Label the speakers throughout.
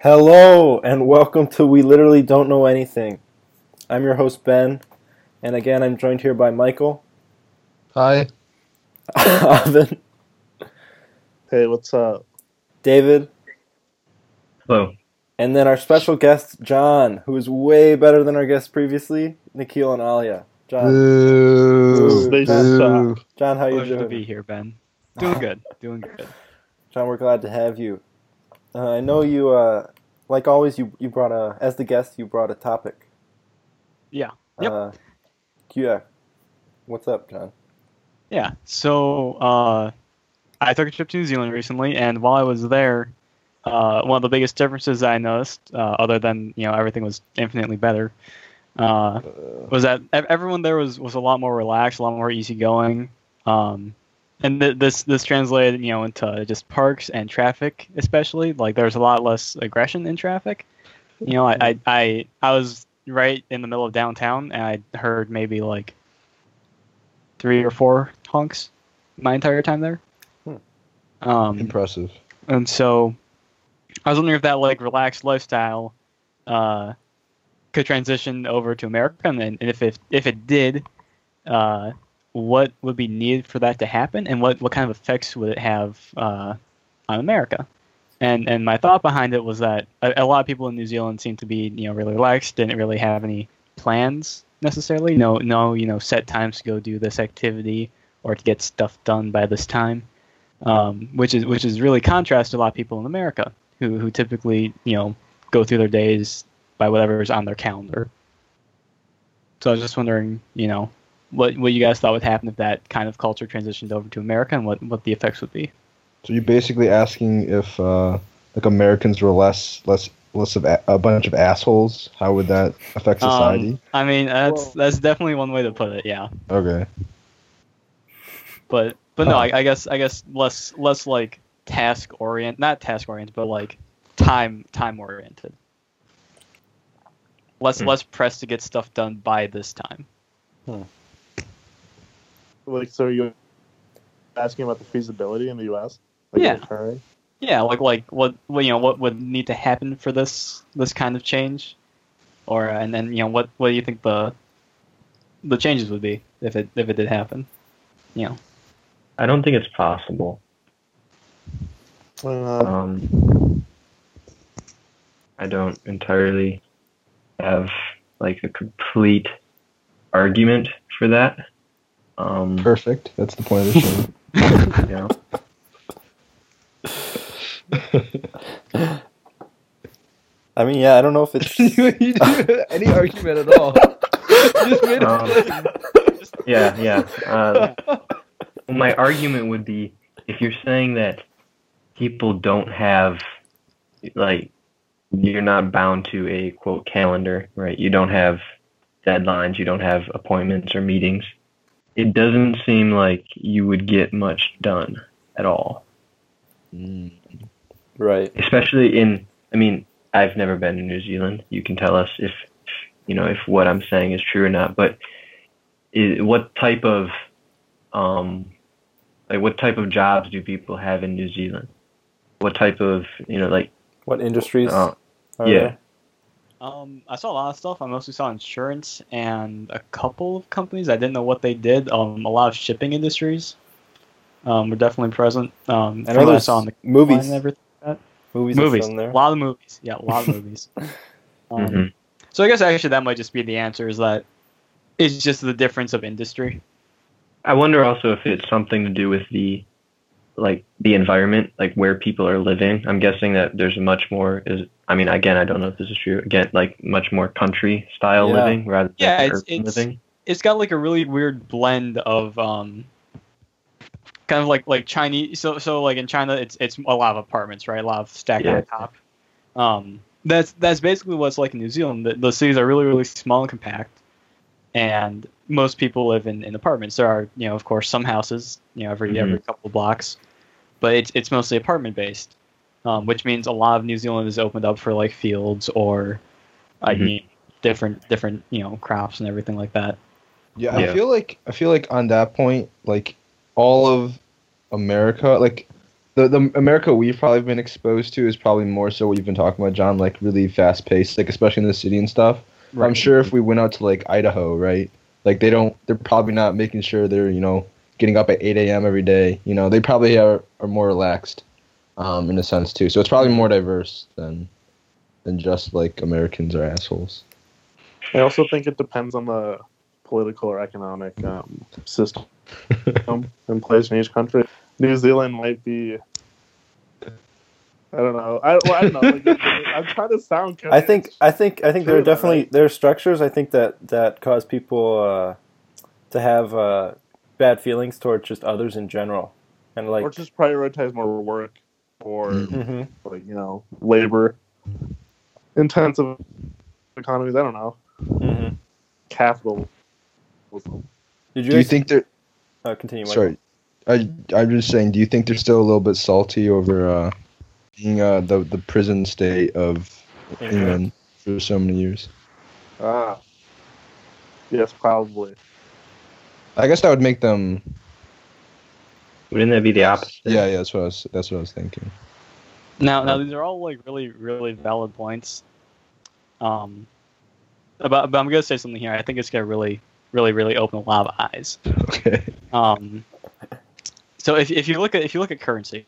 Speaker 1: Hello, and welcome to We Literally Don't Know Anything. I'm your host, Ben, and again, I'm joined here by Michael,
Speaker 2: Hi.
Speaker 1: Avin,
Speaker 2: Hey, what's up?
Speaker 1: David,
Speaker 3: Hello.
Speaker 1: and then our special guest, John, who is way better than our guest previously, Nikhil and Alia. John,
Speaker 2: Boo.
Speaker 1: They
Speaker 2: Boo.
Speaker 1: John, how you
Speaker 4: Pleasure to be
Speaker 1: doing?
Speaker 4: here, Ben. Doing good. Doing good.
Speaker 1: John, we're glad to have you. Uh, I know you, uh, like always, you, you brought a, as the guest, you brought a topic.
Speaker 4: Yeah. Yep.
Speaker 1: Uh, yeah. What's up, John?
Speaker 4: Yeah. So uh, I took a trip to New Zealand recently, and while I was there, uh, one of the biggest differences I noticed, uh, other than you know everything was infinitely better, uh, was that ev- everyone there was was a lot more relaxed, a lot more easygoing. Um, and th- this this translated you know into just parks and traffic, especially like there was a lot less aggression in traffic. You know, I I I, I was right in the middle of downtown, and I heard maybe like three or four honks my entire time there.
Speaker 1: Hmm.
Speaker 4: Um,
Speaker 2: Impressive.
Speaker 4: and so I was wondering if that like relaxed lifestyle uh, could transition over to America, and, and if it, if it did, uh, what would be needed for that to happen, and what, what kind of effects would it have uh, on America? And and my thought behind it was that a, a lot of people in New Zealand seemed to be you know really relaxed, didn't really have any plans necessarily, no no you know set times to go do this activity or to get stuff done by this time um, which is which is really contrast to a lot of people in America who who typically you know go through their days by whatever is on their calendar. So I was just wondering, you know, what what you guys thought would happen if that kind of culture transitioned over to America and what what the effects would be.
Speaker 2: So you're basically asking if uh, like Americans were less less less of a, a bunch of assholes. How would that affect
Speaker 4: Um,
Speaker 2: society?
Speaker 4: I mean, that's
Speaker 1: Well-
Speaker 4: that's definitely one way to put it, yeah.
Speaker 2: okay.
Speaker 4: But but no, I, I guess I guess less less like task orient, not task oriented, but like time time oriented. Less
Speaker 3: Hmm.
Speaker 4: less pressed to get stuff done by this time.
Speaker 5: Like, so you asking about the feasibility in the U.S. Like,
Speaker 4: Yeah.
Speaker 5: occurring?
Speaker 4: Yeah, like like what what, you know what would need to happen for this this kind of change, or uh, and then you know what what do you think the the changes would be if it if it did happen, you know?
Speaker 3: I don't think it's possible.
Speaker 5: Uh,
Speaker 3: Um, I don't entirely have like a complete argument for that. Um,
Speaker 2: Perfect. That's the point of the show.
Speaker 3: you know,
Speaker 1: I mean, yeah, I don't know if it's.
Speaker 2: you didn't have any argument at all. You just made
Speaker 3: Um, yeah, yeah. Uh, well, my argument would be if you're saying that people don't have, like, you're not bound to a quote calendar, right? You don't have deadlines, you don't have appointments or meetings. It doesn't seem like you would get much done at all
Speaker 2: hmm.
Speaker 1: right.
Speaker 3: especially in i mean i've never been to new zealand you can tell us if you know if what i'm saying is true or not but i what type of um like what type of jobs do people have in new zealand what type of you know like
Speaker 1: What industries?
Speaker 3: uh,
Speaker 1: are
Speaker 3: yeah.
Speaker 1: there?
Speaker 4: Um, I saw a lot of stuff. I mostly saw insurance and a couple of companies. I didn't know what they did. Um, a lot of shipping industries, um, were definitely present. Um,
Speaker 1: I
Speaker 4: from
Speaker 1: know
Speaker 4: what I
Speaker 1: there's
Speaker 4: saw in the
Speaker 1: movies.
Speaker 4: and everything.
Speaker 1: movies. are
Speaker 4: Movies,
Speaker 1: filmed
Speaker 4: a
Speaker 1: there.
Speaker 4: lot of movies. Yeah, a lot of movies. Um,
Speaker 3: mhm.
Speaker 4: So I guess actually that might just be the answer is that it's just the difference of industry.
Speaker 3: i wonder also if it's something to do with the like the environment like where people are living i'm guessing that there's much more is i mean again i don't know if this is true again like much more country style
Speaker 1: Yeah.
Speaker 3: living rather than
Speaker 4: Yeah, it's-
Speaker 3: urban
Speaker 4: it's-
Speaker 3: living
Speaker 4: It's got like a really weird blend of um kind of like like Chinese so so like in China it's it's a lot of apartments, right? A lot of stacked
Speaker 3: Yeah.
Speaker 4: on top. Um that's that's basically what's like in New Zealand. The, the cities are really really small and compact and most people live in, in apartments. There are, you know, of course some houses, you know, every
Speaker 3: Mhm.
Speaker 4: every couple of blocks, but it's it's mostly apartment based. um, which means a lot of New Zealand is opened up for like fields or I
Speaker 3: Mhm.
Speaker 4: mean different different you know crops and everything like that.
Speaker 2: Yeah, I
Speaker 3: Yeah.
Speaker 2: feel like I feel like on that point, like all of America, like the the America we've probably been exposed to is probably more so what you've been talking about, John. Like really fast paced, like especially in the city and stuff. I'm sure if we went out to like Idaho, right? Like they don't, they're probably not making sure they're you know getting up at 8 a.m. every day. You know they probably are, are more relaxed, um, in a sense too. So it's probably more diverse than than just like Americans are assholes.
Speaker 5: I also think it depends on the political or economic um, system in place in each country. New Zealand might be. I don't know. I, well, I don't know. Like, I'm trying to sound.
Speaker 1: I think I think I think there are
Speaker 5: True, though,
Speaker 1: definitely
Speaker 5: right?
Speaker 1: there are structures I think that that cause people uh, to have uh, bad feelings towards just others in general, and like
Speaker 5: or just prioritize more work or
Speaker 1: Mhm.
Speaker 5: like you know labor intensive economies. I don't know
Speaker 1: Mhm.
Speaker 5: capital.
Speaker 1: Did you,
Speaker 2: Do you
Speaker 1: guys-
Speaker 2: think they're
Speaker 1: uh, continue? Michael.
Speaker 2: sorry? I I'm just saying. Do you think they're still a little bit salty over uh, being uh, the the prison state of England for so many years?
Speaker 5: Ah, yes, probably.
Speaker 2: I guess that would make them.
Speaker 3: Wouldn't that be the opposite?
Speaker 2: Yeah, yeah. That's what I was. That's what I was thinking.
Speaker 4: Now, now these are all like really, really valid points. Um, about, but I'm gonna say something here. I think it's gonna really, really, really open a lot of eyes.
Speaker 2: Okay.
Speaker 4: Um, so if, if you look at if you look at currency,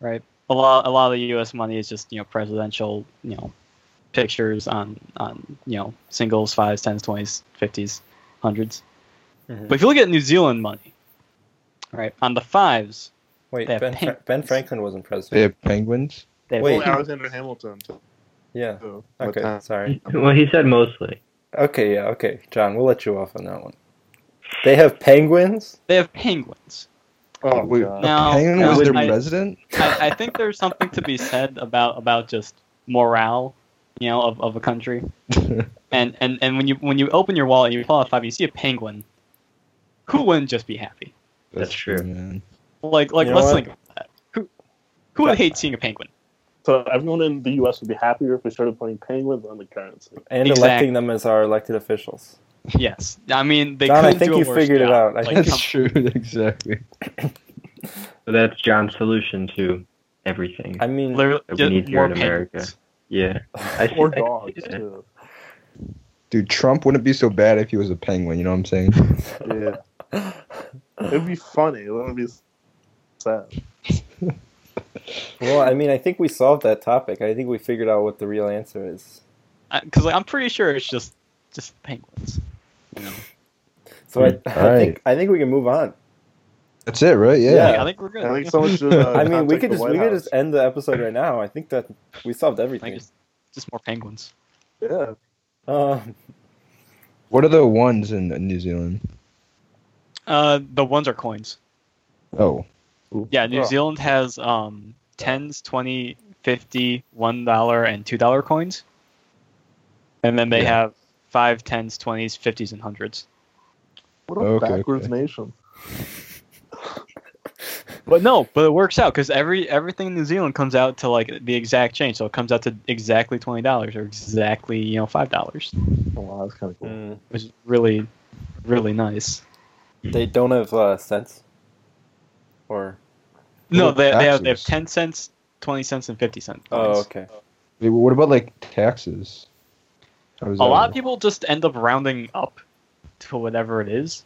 Speaker 4: right? A lot a lot of the U.S. money is just you know presidential you know pictures on on you know singles, fives, tens, twenties, fifties, hundreds.
Speaker 1: Mhm.
Speaker 4: But if you look at New Zealand money, right? On the fives,
Speaker 1: Wait,
Speaker 4: They have
Speaker 1: Ben, Fra-
Speaker 4: pink-
Speaker 1: ben Franklin wasn't
Speaker 2: They
Speaker 1: president.
Speaker 2: have penguins.
Speaker 4: they have
Speaker 1: Wait.
Speaker 5: Well, Alexander Hamilton
Speaker 1: Yeah.
Speaker 5: too.
Speaker 1: Okay.
Speaker 5: But, uh,
Speaker 1: Sorry.
Speaker 3: Well, he said mostly.
Speaker 1: Okay. Yeah. Okay. John, we'll let you off on that one. They have penguins.
Speaker 4: they have penguins.
Speaker 5: Oh,
Speaker 2: Wait,
Speaker 5: God.
Speaker 4: Now-
Speaker 2: a penguin
Speaker 4: now
Speaker 2: was their
Speaker 4: I-
Speaker 2: president.
Speaker 4: I, I think there's something to be said about about just morale, you know, of, of a country. And, and and when you when you open your wallet and you pull out a five, you see a penguin. Who wouldn't just be happy?
Speaker 3: That's true.
Speaker 2: man.
Speaker 4: Like like
Speaker 1: You know
Speaker 4: let's
Speaker 1: what?
Speaker 4: think about that. Who who would hate seeing a penguin?
Speaker 5: So everyone in the U.S. would be happier if we started putting penguins on the currency.
Speaker 1: and
Speaker 4: Exactly.
Speaker 1: electing them as our elected officials.
Speaker 4: Yes, I mean they.
Speaker 1: John, I
Speaker 4: couldn't
Speaker 1: think
Speaker 4: do a
Speaker 1: you
Speaker 4: worse
Speaker 1: figured it
Speaker 4: job.
Speaker 1: out. I
Speaker 4: Like,
Speaker 2: That's
Speaker 4: come-
Speaker 2: true. Exactly.
Speaker 3: So that's John's solution to everything.
Speaker 1: I mean,
Speaker 4: literally,
Speaker 3: We
Speaker 4: just
Speaker 3: need here
Speaker 4: more
Speaker 3: in America.
Speaker 4: penguins.
Speaker 3: yeah. I see-
Speaker 5: Or
Speaker 3: I see
Speaker 5: dogs
Speaker 3: that.
Speaker 5: too.
Speaker 2: Dude, Trump wouldn't be so bad if he was a penguin. You know what I'm saying?
Speaker 5: Yeah, it'd be funny. It wouldn't be sad.
Speaker 1: well, I mean, I think we solved that topic. I think we figured out what the real answer is.
Speaker 4: Because like, I'm pretty sure it's just just penguins.
Speaker 1: So I,
Speaker 3: Mm.
Speaker 1: I
Speaker 2: Alright.
Speaker 1: think I think we can move on.
Speaker 2: That's it, right? Yeah.
Speaker 4: Like, I think we're good.
Speaker 5: I think someone should. Uh,
Speaker 1: I mean, we could
Speaker 5: contact the
Speaker 1: just
Speaker 5: White
Speaker 1: we could
Speaker 5: House.
Speaker 1: just end the episode right now. I think that we solved
Speaker 4: Like,
Speaker 1: everything.
Speaker 4: just, just more penguins.
Speaker 5: Yeah.
Speaker 1: Um,
Speaker 2: What are the ones in New Zealand?
Speaker 4: Uh, the ones are coins.
Speaker 2: Oh,
Speaker 4: Yeah, New
Speaker 5: Oh.
Speaker 4: Zealand has um tens, twenty, fifty, one dollar, and two dollar coins, and then they
Speaker 2: Yeah.
Speaker 4: have five, tens, twenties, fifties, and hundreds.
Speaker 5: What a
Speaker 2: Okay,
Speaker 5: backwards
Speaker 2: okay.
Speaker 5: nation.
Speaker 4: But no, but it works out because every everything in New Zealand comes out to like the exact change, so it comes out to exactly twenty dollars or exactly you know five dollars,
Speaker 5: Oh, wow, that's kind of cool.
Speaker 1: mm,
Speaker 4: which is really, really nice.
Speaker 1: they don't have uh, sense. Or
Speaker 4: No,
Speaker 2: What
Speaker 4: they, they have they have
Speaker 2: taxes?
Speaker 4: ten cents, twenty cents, and fifty cent coins.
Speaker 1: oh, okay.
Speaker 2: Wait, what about like taxes? How does
Speaker 4: A
Speaker 2: that
Speaker 4: lot
Speaker 2: work?
Speaker 4: of people just end up rounding up to whatever it is.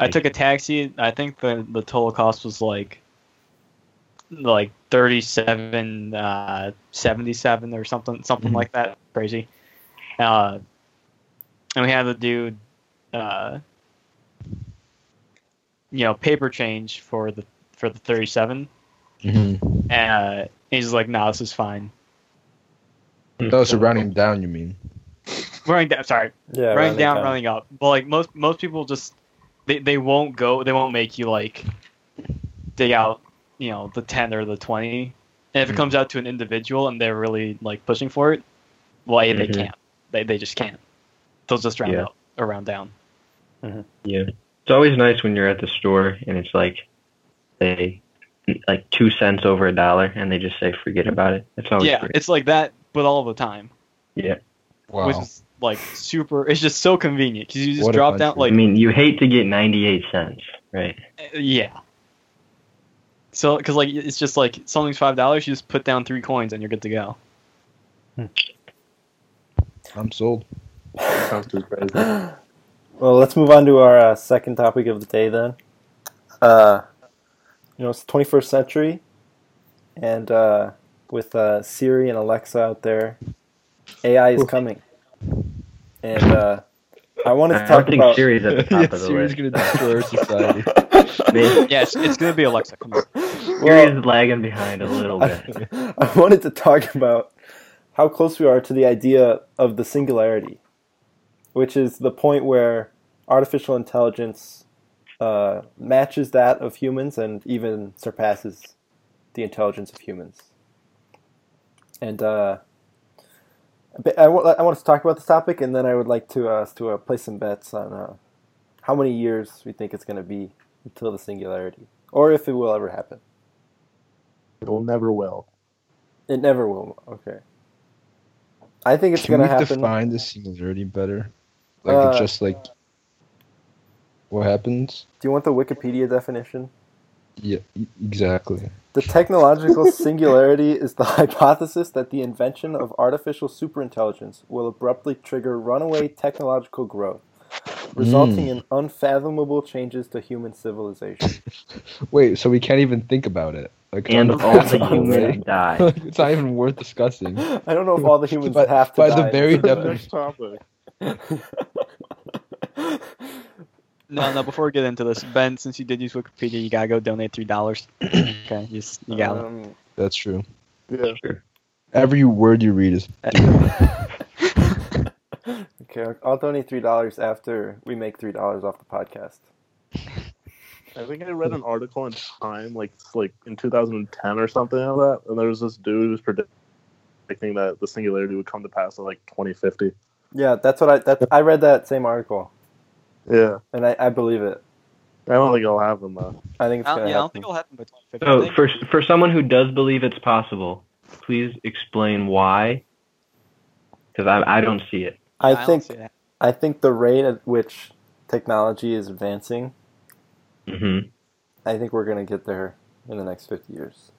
Speaker 4: I took a taxi. I think the the total cost was like like thirty seven uh, seventy seven or something something
Speaker 2: Mhm.
Speaker 4: like that. Crazy. Uh, and we had to do, uh, you know, paper change for the for the thirty seven.
Speaker 2: Mhm.
Speaker 4: Uh, he's like, "No, this is fine."
Speaker 2: Oh, so rounding down, you mean?
Speaker 4: Running down. Sorry,
Speaker 1: Yeah,
Speaker 4: running down,
Speaker 1: down.
Speaker 4: running up. But like most most people just they, they won't go they won't make you like dig out, you know, the ten or the twenty. And if it
Speaker 2: Mhm.
Speaker 4: comes out to an individual and they're really like pushing for it, well A, they
Speaker 3: Mhm.
Speaker 4: can't. They they just can't. They'll just round
Speaker 3: Yeah.
Speaker 4: up or round down.
Speaker 3: Yeah. It's always nice when you're at the store and it's like they like two cents over a dollar and they just say forget about it. It's always
Speaker 4: yeah,
Speaker 3: Oh, great.
Speaker 4: it's like that, but all the time.
Speaker 2: Wow.
Speaker 4: Which is like super it's just so convenient because you just
Speaker 2: What a
Speaker 4: drop down
Speaker 2: country.
Speaker 4: like
Speaker 3: I mean, you hate to get 98 cents, right?
Speaker 4: uh, yeah. So, because like it's just like something's five dollars, you just put down three coins and you're good to go.
Speaker 2: I'm sold.
Speaker 5: Sounds too crazy.
Speaker 1: Well, let's move on to our uh, second topic of the day then. Uh, you know, it's the 21st century, and uh, with uh, Siri and Alexa out there, AI is coming. And uh, I wanted to
Speaker 3: Uh, I don't
Speaker 1: talk
Speaker 3: think
Speaker 1: about.
Speaker 3: Siri's at the top
Speaker 2: yeah,
Speaker 3: of the
Speaker 2: Siri's
Speaker 3: list.
Speaker 2: gonna destroy our society.
Speaker 3: Man,
Speaker 4: Yeah, it's, it's gonna be Alexa. Come on.
Speaker 1: Well-
Speaker 3: Siri's lagging behind a little bit.
Speaker 1: I, I wanted to talk about how close we are to the idea of the singularity, which is the point where artificial intelligence uh, matches that of humans and even surpasses the intelligence of humans. And uh, but I wa- I want to talk about this topic, and then I would like to uh, to uh, place some bets on uh, how many years we think it's going to be until the singularity, or if it will ever happen.
Speaker 5: It will never will.
Speaker 1: It never will. Okay. I think it's
Speaker 2: Can
Speaker 1: going
Speaker 2: we
Speaker 1: to happen.
Speaker 2: define the singularity better? Like
Speaker 1: Uh,
Speaker 2: it's just like what happens?
Speaker 1: Do you want the Wikipedia definition?
Speaker 2: Yeah, e- exactly.
Speaker 1: The technological singularity is the hypothesis that the invention of artificial superintelligence will abruptly trigger runaway technological growth, resulting
Speaker 2: Hmm.
Speaker 1: in unfathomable changes to human civilization.
Speaker 2: Wait, so we can't even think about it. Like, it's
Speaker 3: And
Speaker 2: not
Speaker 3: all the
Speaker 2: even possible,
Speaker 3: humans die.
Speaker 2: right? it's not even worth discussing.
Speaker 1: I don't know if all the humans
Speaker 2: By-
Speaker 1: have to
Speaker 2: by the
Speaker 1: die.
Speaker 2: very
Speaker 5: The
Speaker 2: definition.
Speaker 5: next topic.
Speaker 4: No, no. Before we get into this, Ben, since you did use Wikipedia, you gotta go donate three dollars. okay, you just you got it.
Speaker 1: Um,
Speaker 2: That's true.
Speaker 5: Yeah.
Speaker 2: Every word you read is
Speaker 1: okay, I'll donate three dollars after we make three dollars off the podcast.
Speaker 5: I think I read an article in Time, like it's like in 2010 or something like that, and there was this dude who was predicting that the singularity would come to pass in like 2050.
Speaker 1: Yeah, that's what I that I read that same article,
Speaker 5: Yeah,
Speaker 1: and I, I believe it.
Speaker 5: I don't think it'll happen though.
Speaker 1: I think it's
Speaker 4: I
Speaker 1: gonna
Speaker 4: don't, yeah, I don't
Speaker 1: happen.
Speaker 4: think it'll happen by 2050.
Speaker 1: Oh,
Speaker 4: I
Speaker 3: So
Speaker 4: think-
Speaker 3: for for someone who does believe it's possible, please explain why. Because I I don't see it.
Speaker 1: I
Speaker 4: don't
Speaker 1: think
Speaker 4: see that.
Speaker 1: I think the rate at which technology is advancing,
Speaker 3: hmm
Speaker 1: I think we're gonna get there in the next fifty years.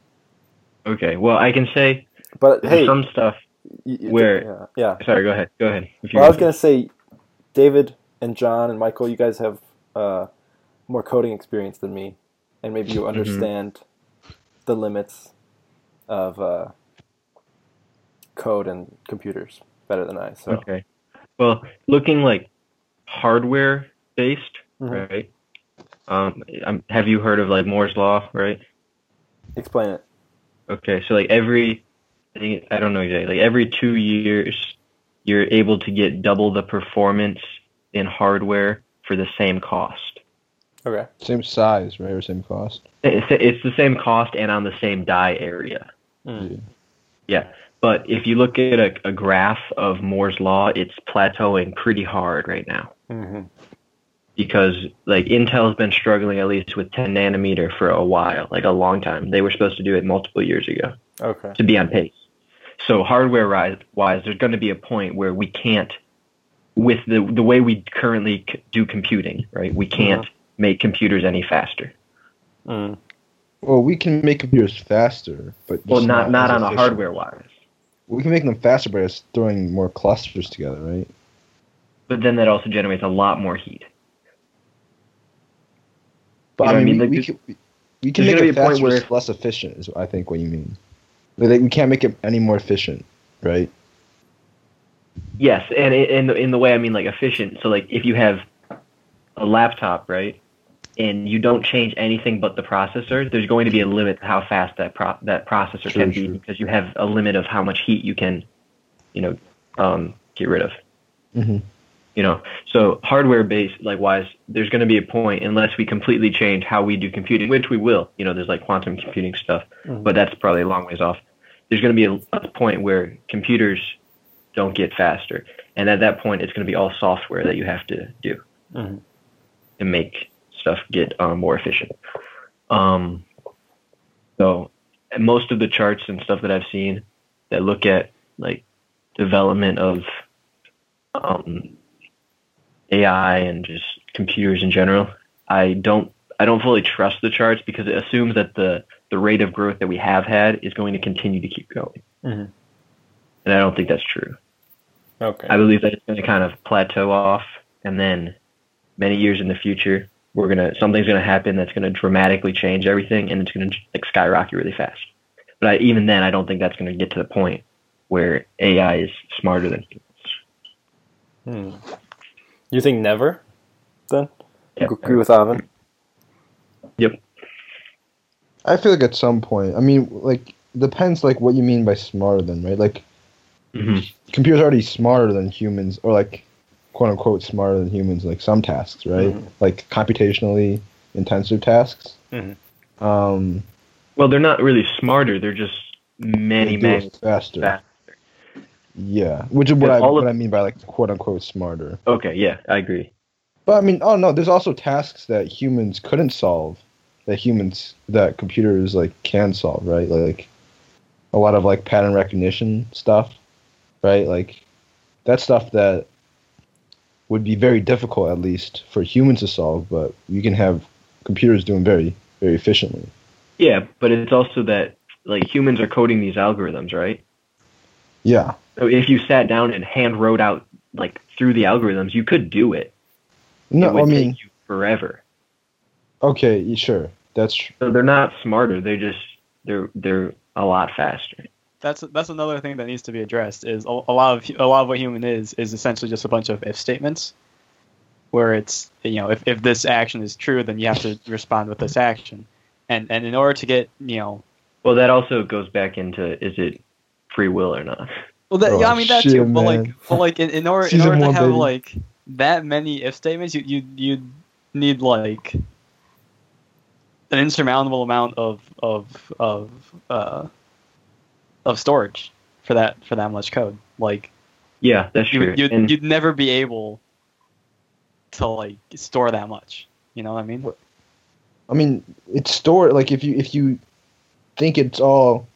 Speaker 3: Okay. Well, I can say
Speaker 1: But
Speaker 3: there's
Speaker 1: hey,
Speaker 3: some stuff.
Speaker 1: you- you-
Speaker 3: where-
Speaker 1: Yeah, yeah.
Speaker 3: Sorry. Go ahead. Go ahead. If you
Speaker 1: Well, I was gonna say, David and John and Michael, you guys have uh, more coding experience than me, and maybe you
Speaker 3: Mm-hmm.
Speaker 1: understand the limits of uh, code and computers better than I. So
Speaker 3: Okay. Well, looking like hardware based,
Speaker 1: Mhm.
Speaker 3: right? Um, I'm, have you heard of like Moore's law, right?
Speaker 1: explain it.
Speaker 3: Okay, so like every, I think- I don't know exactly, like every two years, you're able to get double the performance in hardware for the same cost.
Speaker 1: Okay.
Speaker 2: same size, right, or same cost.
Speaker 3: It's, it's the same cost and on the same die area.
Speaker 1: Mm.
Speaker 3: Yeah, but if you look at a, a graph of Moore's law, it's plateauing pretty hard right now.
Speaker 1: Mm-hmm.
Speaker 3: because like Intel's been struggling at least with 10 nanometer for a while, like a long time. They were supposed to do it multiple years ago
Speaker 1: Okay.
Speaker 3: to be on pace. So hardware ri- wise, there's going to be a point where we can't, with the the way we currently c- do computing, right?
Speaker 2: Mm-hmm.
Speaker 3: We can't make computers any faster.
Speaker 1: Mm.
Speaker 2: Well, we can make computers faster, but
Speaker 3: Well,
Speaker 2: just
Speaker 3: not not
Speaker 2: as
Speaker 3: on a
Speaker 2: efficient.
Speaker 3: hardware wise,
Speaker 2: We can make them faster by just throwing more clusters together, right?
Speaker 3: but then that also generates a lot more heat.
Speaker 2: But
Speaker 3: You know
Speaker 2: I mean,
Speaker 3: what I mean?
Speaker 2: we,
Speaker 3: Like,
Speaker 2: we can, we can
Speaker 3: there's
Speaker 2: make
Speaker 3: gonna
Speaker 2: it
Speaker 3: be a point
Speaker 2: faster,
Speaker 3: where-
Speaker 2: it's less efficient. Is I think what you mean. Like, like, we can't make it any more efficient, right?
Speaker 3: Yes, and i- in the, in the way I mean like efficient. So like if you have a laptop, right, and you don't change anything but the processor, there's going to be a limit to how fast that pro- that processor
Speaker 2: True,
Speaker 3: can be
Speaker 2: true.
Speaker 3: because you have a limit of how much heat you can, you know, um, get rid of.
Speaker 2: Mhm.
Speaker 3: You know, so hardware based, like wise, there's going to be a point unless we completely change how we do computing, which we will. You know, there's like quantum computing stuff,
Speaker 2: Mm-hmm.
Speaker 1: Mhm.
Speaker 3: but that's probably a long ways off. There's going to be a, a point where computers don't get faster. And at that point, it's going to be all software that you have to do
Speaker 1: Mhm.
Speaker 3: to make stuff get um, more efficient. Um, so, and most of the charts and stuff that I've seen that look at like development of um, AI and just computers in general, I don't I don't fully trust the charts because it assumes that the the rate of growth that we have had is going to continue to keep going.
Speaker 1: Mhm.
Speaker 3: And I don't think that's true.
Speaker 1: Okay.
Speaker 3: I believe that it's going to kind of plateau off, and then many years in the future, we're gonna something's going to happen that's going to dramatically change everything, and it's going to like skyrocket really fast. But I, even then, I don't think that's going to get to the point where AI is smarter than humans.
Speaker 1: Hmm. You think never? Then
Speaker 3: Yeah.
Speaker 1: You agree with Avin?
Speaker 2: I feel like at some point, I mean, like depends like what you mean by smarter than, right? Like
Speaker 3: Mhm.
Speaker 2: computers are already smarter than humans, or like quote unquote smarter than humans, like some tasks, right? Like computationally intensive tasks.
Speaker 1: Mhm.
Speaker 2: Um,
Speaker 3: Well, they're not really smarter; they're just many,
Speaker 2: do it
Speaker 3: many
Speaker 2: faster.
Speaker 3: faster.
Speaker 2: Yeah, which is what
Speaker 3: And
Speaker 2: I
Speaker 3: all of-
Speaker 2: what I mean by like quote unquote smarter.
Speaker 3: Okay, yeah, I agree.
Speaker 2: But I mean, oh no, there's also tasks that humans couldn't solve, that humans that computers like can solve, right? Like a lot of like pattern recognition stuff, right? Like that stuff that would be very difficult, at least for humans to solve, but you can have computers doing very very efficiently.
Speaker 3: Yeah, but it's also that like humans are coding these algorithms, right?
Speaker 2: Yeah,
Speaker 3: So if you sat down and hand wrote out like through the algorithms, you could do it. it
Speaker 2: no,
Speaker 3: would
Speaker 2: I mean,
Speaker 3: take you forever.
Speaker 2: okay, y- sure, that's tr-
Speaker 3: So they're not smarter. They just they're they're a lot faster.
Speaker 4: That's that's another thing that needs to be addressed. Is a, a lot of a lot of what human is is essentially just a bunch of if statements, where it's you know if, if this action is true, then you have to respond with this action, and and in order to get you know
Speaker 3: Well, that also goes back into is it free will or not?
Speaker 4: Well, that,
Speaker 2: Oh,
Speaker 4: yeah, I mean that
Speaker 2: shit,
Speaker 4: too. But
Speaker 2: man.
Speaker 4: like, but like in, in order in
Speaker 2: Season
Speaker 4: order to
Speaker 2: one,
Speaker 4: have
Speaker 2: baby.
Speaker 4: like that many if statements, you you you need like an insurmountable amount of of of uh, of storage for that for that much code. Like
Speaker 3: Yeah, that's
Speaker 4: you
Speaker 3: true.
Speaker 4: you
Speaker 3: And-
Speaker 4: you'd never be able to like store that much. You know what I mean?
Speaker 2: I mean, it's stored like if you if you think it's all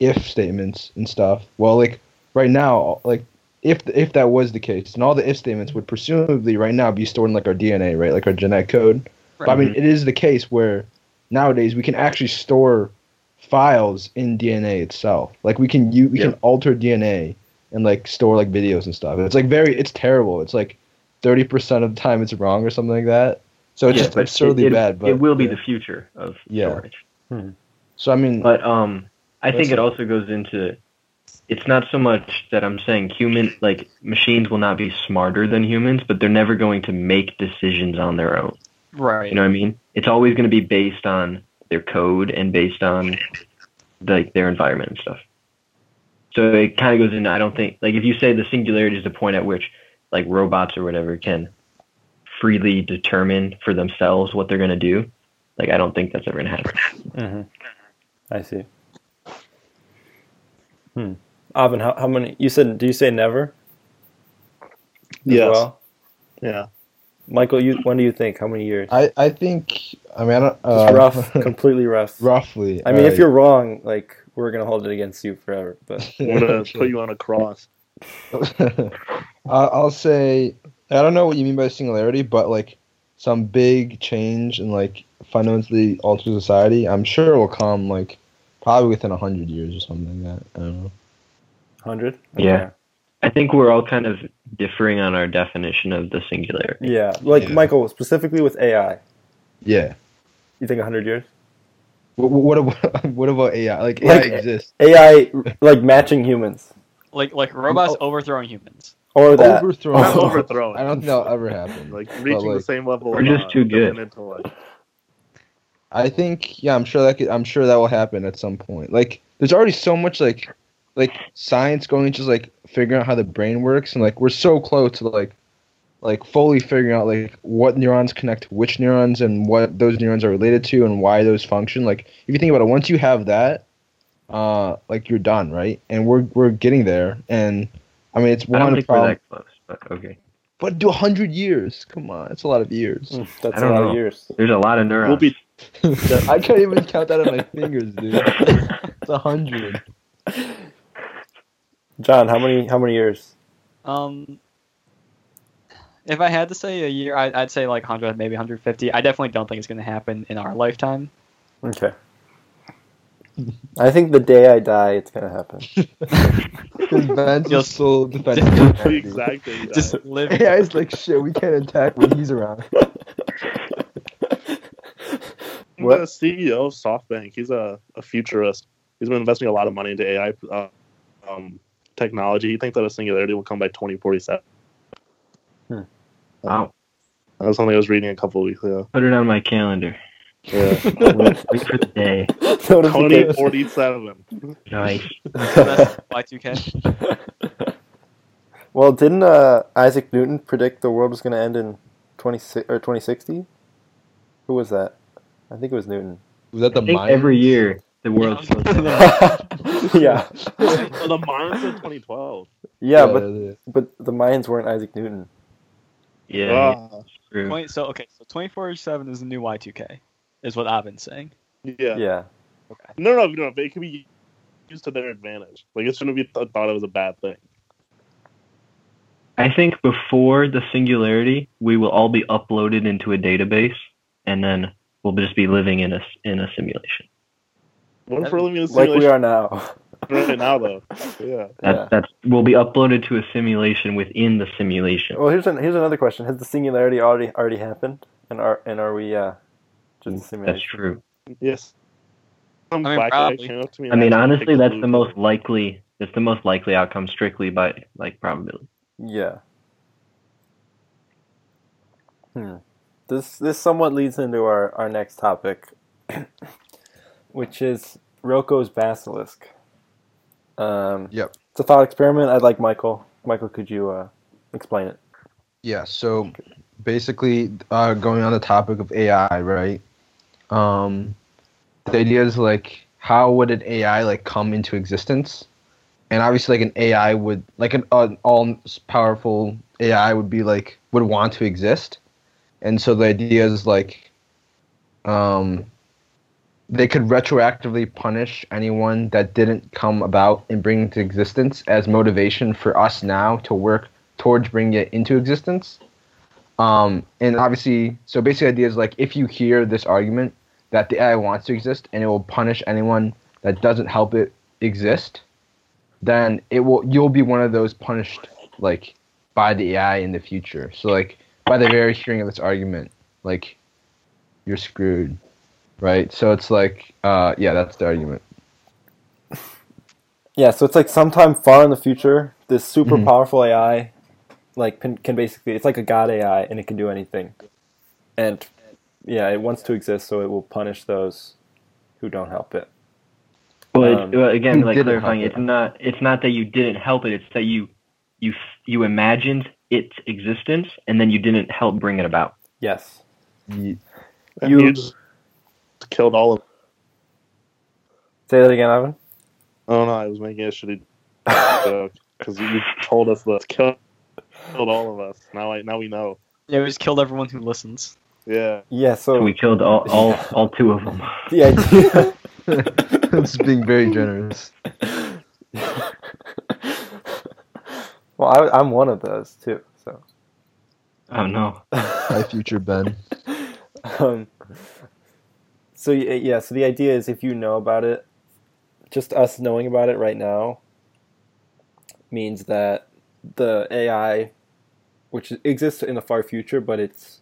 Speaker 2: if statements and stuff. Well, like right now, like if if that was the case, then all the if statements would presumably right now be stored in like our DNA, right? Like our genetic code. But I mean, it is the case where nowadays we can actually store files in DNA itself. Like we can you we can alter DNA and like store like videos and stuff. It's like very it's terrible. It's like thirty percent of the time it's wrong or something like that. So it's
Speaker 3: yeah,
Speaker 2: just
Speaker 3: but
Speaker 2: absurdly
Speaker 3: it, it-
Speaker 2: bad. But
Speaker 3: it will be the future of
Speaker 2: Yeah.
Speaker 3: storage.
Speaker 2: so I mean,
Speaker 3: But um, I
Speaker 2: That's-
Speaker 3: think it also goes into. It's not so much that I'm saying human like machines will not be smarter than humans, but they're never going to make decisions on their own.
Speaker 4: Right.
Speaker 3: You know what I mean? It's always going to be based on their code and based on like their environment and stuff. So it kind of goes into I don't think like if you say the singularity is the point at which like robots or whatever can freely determine for themselves what they're going to do. Like I don't think that's ever going to happen.
Speaker 1: Mm-hmm. I see. Hmm. Avin, how, how many? You said? Do you say never? as
Speaker 5: Yes.
Speaker 1: well?
Speaker 5: Yeah.
Speaker 1: Michael, you when do you think? How many
Speaker 3: Uh,
Speaker 1: years?
Speaker 2: I, I think I mean I don't uh,
Speaker 1: Just rough, completely rough.
Speaker 2: roughly. uh,
Speaker 1: I mean, if
Speaker 3: Uh,
Speaker 2: alright.
Speaker 1: you're wrong, like we're gonna hold it against you forever. But
Speaker 5: I'm gonna put you on a cross.
Speaker 2: I- I'll say I don't know what you mean by singularity, but like some big change and like fundamentally alter society, I'm sure will come like probably within a hundred years or something like that. I don't know.
Speaker 1: hundred.
Speaker 3: Yeah. I think we're all kind of differing on our definition of the singularity.
Speaker 1: Yeah. Like
Speaker 2: Yeah.
Speaker 1: Michael, specifically with AI,
Speaker 2: Yeah.
Speaker 1: you think hundred years?
Speaker 2: What, what about what about AI? Like AI
Speaker 1: Like-
Speaker 2: exists.
Speaker 1: AI like matching humans
Speaker 4: Like like robots
Speaker 2: Oh.
Speaker 4: overthrowing humans.
Speaker 1: or that?
Speaker 2: Overthrow.
Speaker 5: Not
Speaker 1: Oh.
Speaker 5: overthrowing.
Speaker 2: I don't think that'll ever happen.
Speaker 5: like
Speaker 2: but,
Speaker 5: reaching
Speaker 2: like,
Speaker 5: the same level.
Speaker 3: We're
Speaker 5: of,
Speaker 3: just
Speaker 5: uh,
Speaker 3: too good.
Speaker 5: human intellect.
Speaker 2: I think yeah, I'm sure that could, I'm sure that will happen at some point. Like there's already so much like like science going into like figuring out how the brain works and like we're so close to like like fully figuring out like what neurons connect to which neurons and what those neurons are related to and why those function. Like if you think about it, once you have that, uh like you're done, right? And we're we're getting there and I mean it's
Speaker 3: I
Speaker 2: one
Speaker 3: don't
Speaker 2: of the
Speaker 3: think we're
Speaker 2: problem,
Speaker 3: that close, but okay.
Speaker 2: but do hundred years. Come on, it's a lot of years.
Speaker 1: Mm, That's
Speaker 3: I
Speaker 1: a
Speaker 3: don't
Speaker 1: lot of
Speaker 3: know.
Speaker 1: years.
Speaker 3: There's a lot of neurons.
Speaker 5: We'll be
Speaker 2: I can't even count that on my fingers, dude. It's a hundred.
Speaker 1: John, how many? How many years?
Speaker 4: Um, if I had to say a year, I, I'd say like 100, maybe 150. I definitely don't think it's going to happen in our lifetime.
Speaker 1: Okay. I think the day I die, it's gonna happen.
Speaker 2: Ben's
Speaker 4: You'll-
Speaker 2: is still defending.
Speaker 5: The exact day you die.
Speaker 4: Just live.
Speaker 2: AI is like shit. We can't attack when he's around.
Speaker 5: I'm
Speaker 1: What?
Speaker 5: The CEO of SoftBank, he's a, a futurist. He's been investing a lot of money into AI uh, um, technology. He thinks that a singularity will come by 2047.
Speaker 3: Wow.
Speaker 5: That was something I was reading a couple of weeks ago.
Speaker 3: Put it on my calendar.
Speaker 5: Yeah.
Speaker 3: Wait for the day.
Speaker 1: Notification.
Speaker 5: 2047.
Speaker 3: Nice.
Speaker 4: That's Y2K.
Speaker 1: well, didn't uh, Isaac Newton predict the world was gonna end in twenty six or twenty sixty? Who was that? I think it was Newton.
Speaker 2: Was that the
Speaker 3: I think
Speaker 2: mind?
Speaker 3: every year the world slows down.
Speaker 1: yeah,
Speaker 5: well, the mines in 2012.
Speaker 1: yeah, but but the Mayans weren't Isaac Newton.
Speaker 3: Yeah,
Speaker 5: Ah,
Speaker 3: it's true.
Speaker 4: Point- so okay, so 24/7 is the new Y2K, is what I've been saying.
Speaker 5: yeah.
Speaker 1: Yeah,
Speaker 5: No, no, no, but it could be used to their advantage. Like, it shouldn't be th- thought it was a bad thing.
Speaker 3: I think before the singularity, we will all be uploaded into a database, and then we'll just be living in a s- in a simulation.
Speaker 5: What if we're living in a
Speaker 1: like we
Speaker 5: simulation
Speaker 1: are now.
Speaker 5: right now, though? Yeah.
Speaker 3: That's
Speaker 1: Yeah.
Speaker 3: that's we'll be uploaded to a simulation within the simulation.
Speaker 1: Well, here's an, here's another question: Has the singularity already already happened? And are and are we uh, just a
Speaker 3: That's
Speaker 1: simulation?
Speaker 3: true.
Speaker 5: Yes. Some
Speaker 4: I mean,
Speaker 5: black guy
Speaker 4: probably.
Speaker 5: came up to me
Speaker 3: I
Speaker 5: and
Speaker 3: mean,
Speaker 5: asked me to
Speaker 3: honestly,
Speaker 5: take
Speaker 3: that's
Speaker 5: blue
Speaker 3: the most likely. That's the most likely outcome, strictly by like probability.
Speaker 1: Yeah. Hmm. This this somewhat leads into our, our next topic, which is Roko's basilisk. Um,
Speaker 2: Yep.
Speaker 1: It's a thought experiment. I'd like Michael. Michael, could you uh, explain it?
Speaker 2: Yeah, so basically, uh, going on the topic of AI, right? Um, the idea is like, how would an AI like come into existence? And obviously, like an AI would, like an, an all powerful AI would be like would want to exist. And so the idea is like, um, they could retroactively punish anyone that didn't come about and bring it to existence as motivation for us now to work towards bringing it into existence. Um, and obviously, so basic idea is like if you hear this argument that the AI wants to exist and it will punish anyone that doesn't help it exist, then it will you'll be one of those punished like by the AI in the future. So like by the very hearing of this argument, like you're screwed, right? So it's like uh, yeah, that's the argument.
Speaker 1: Yeah, so it's like sometime far in the future, this super
Speaker 2: Mhm.
Speaker 1: powerful AI, like can, can basically it's like a god AI and it can do anything, and yeah, it wants to exist, so it will punish those who don't help it.
Speaker 3: Well,
Speaker 1: Um,
Speaker 3: it, well uh, again,
Speaker 2: you
Speaker 3: like
Speaker 2: didn't
Speaker 3: clarifying,
Speaker 2: help it.
Speaker 3: it's not it's not that you didn't help it. It's that you you you imagined its existence and then you didn't help bring it about.
Speaker 1: Yes.
Speaker 2: Ye-
Speaker 5: And
Speaker 1: You-
Speaker 5: you, just killed all of.
Speaker 1: Say that again, Ivan.
Speaker 5: Oh no, I was making a shitty joke because you told us this killed, killed all of us. Now, I now we know.
Speaker 4: Yeah, we just killed everyone who listens.
Speaker 5: Yeah,
Speaker 1: Yeah, so
Speaker 3: We killed all all, all two of them.
Speaker 1: the idea
Speaker 2: it's being very generous.
Speaker 1: Well, I, am one of those too, so
Speaker 3: Oh no!
Speaker 2: My future Ben.
Speaker 1: um, so y- uh, yeah, so the idea is if you know about it, just us knowing about it right now means that the AI which exists in the far future, but it's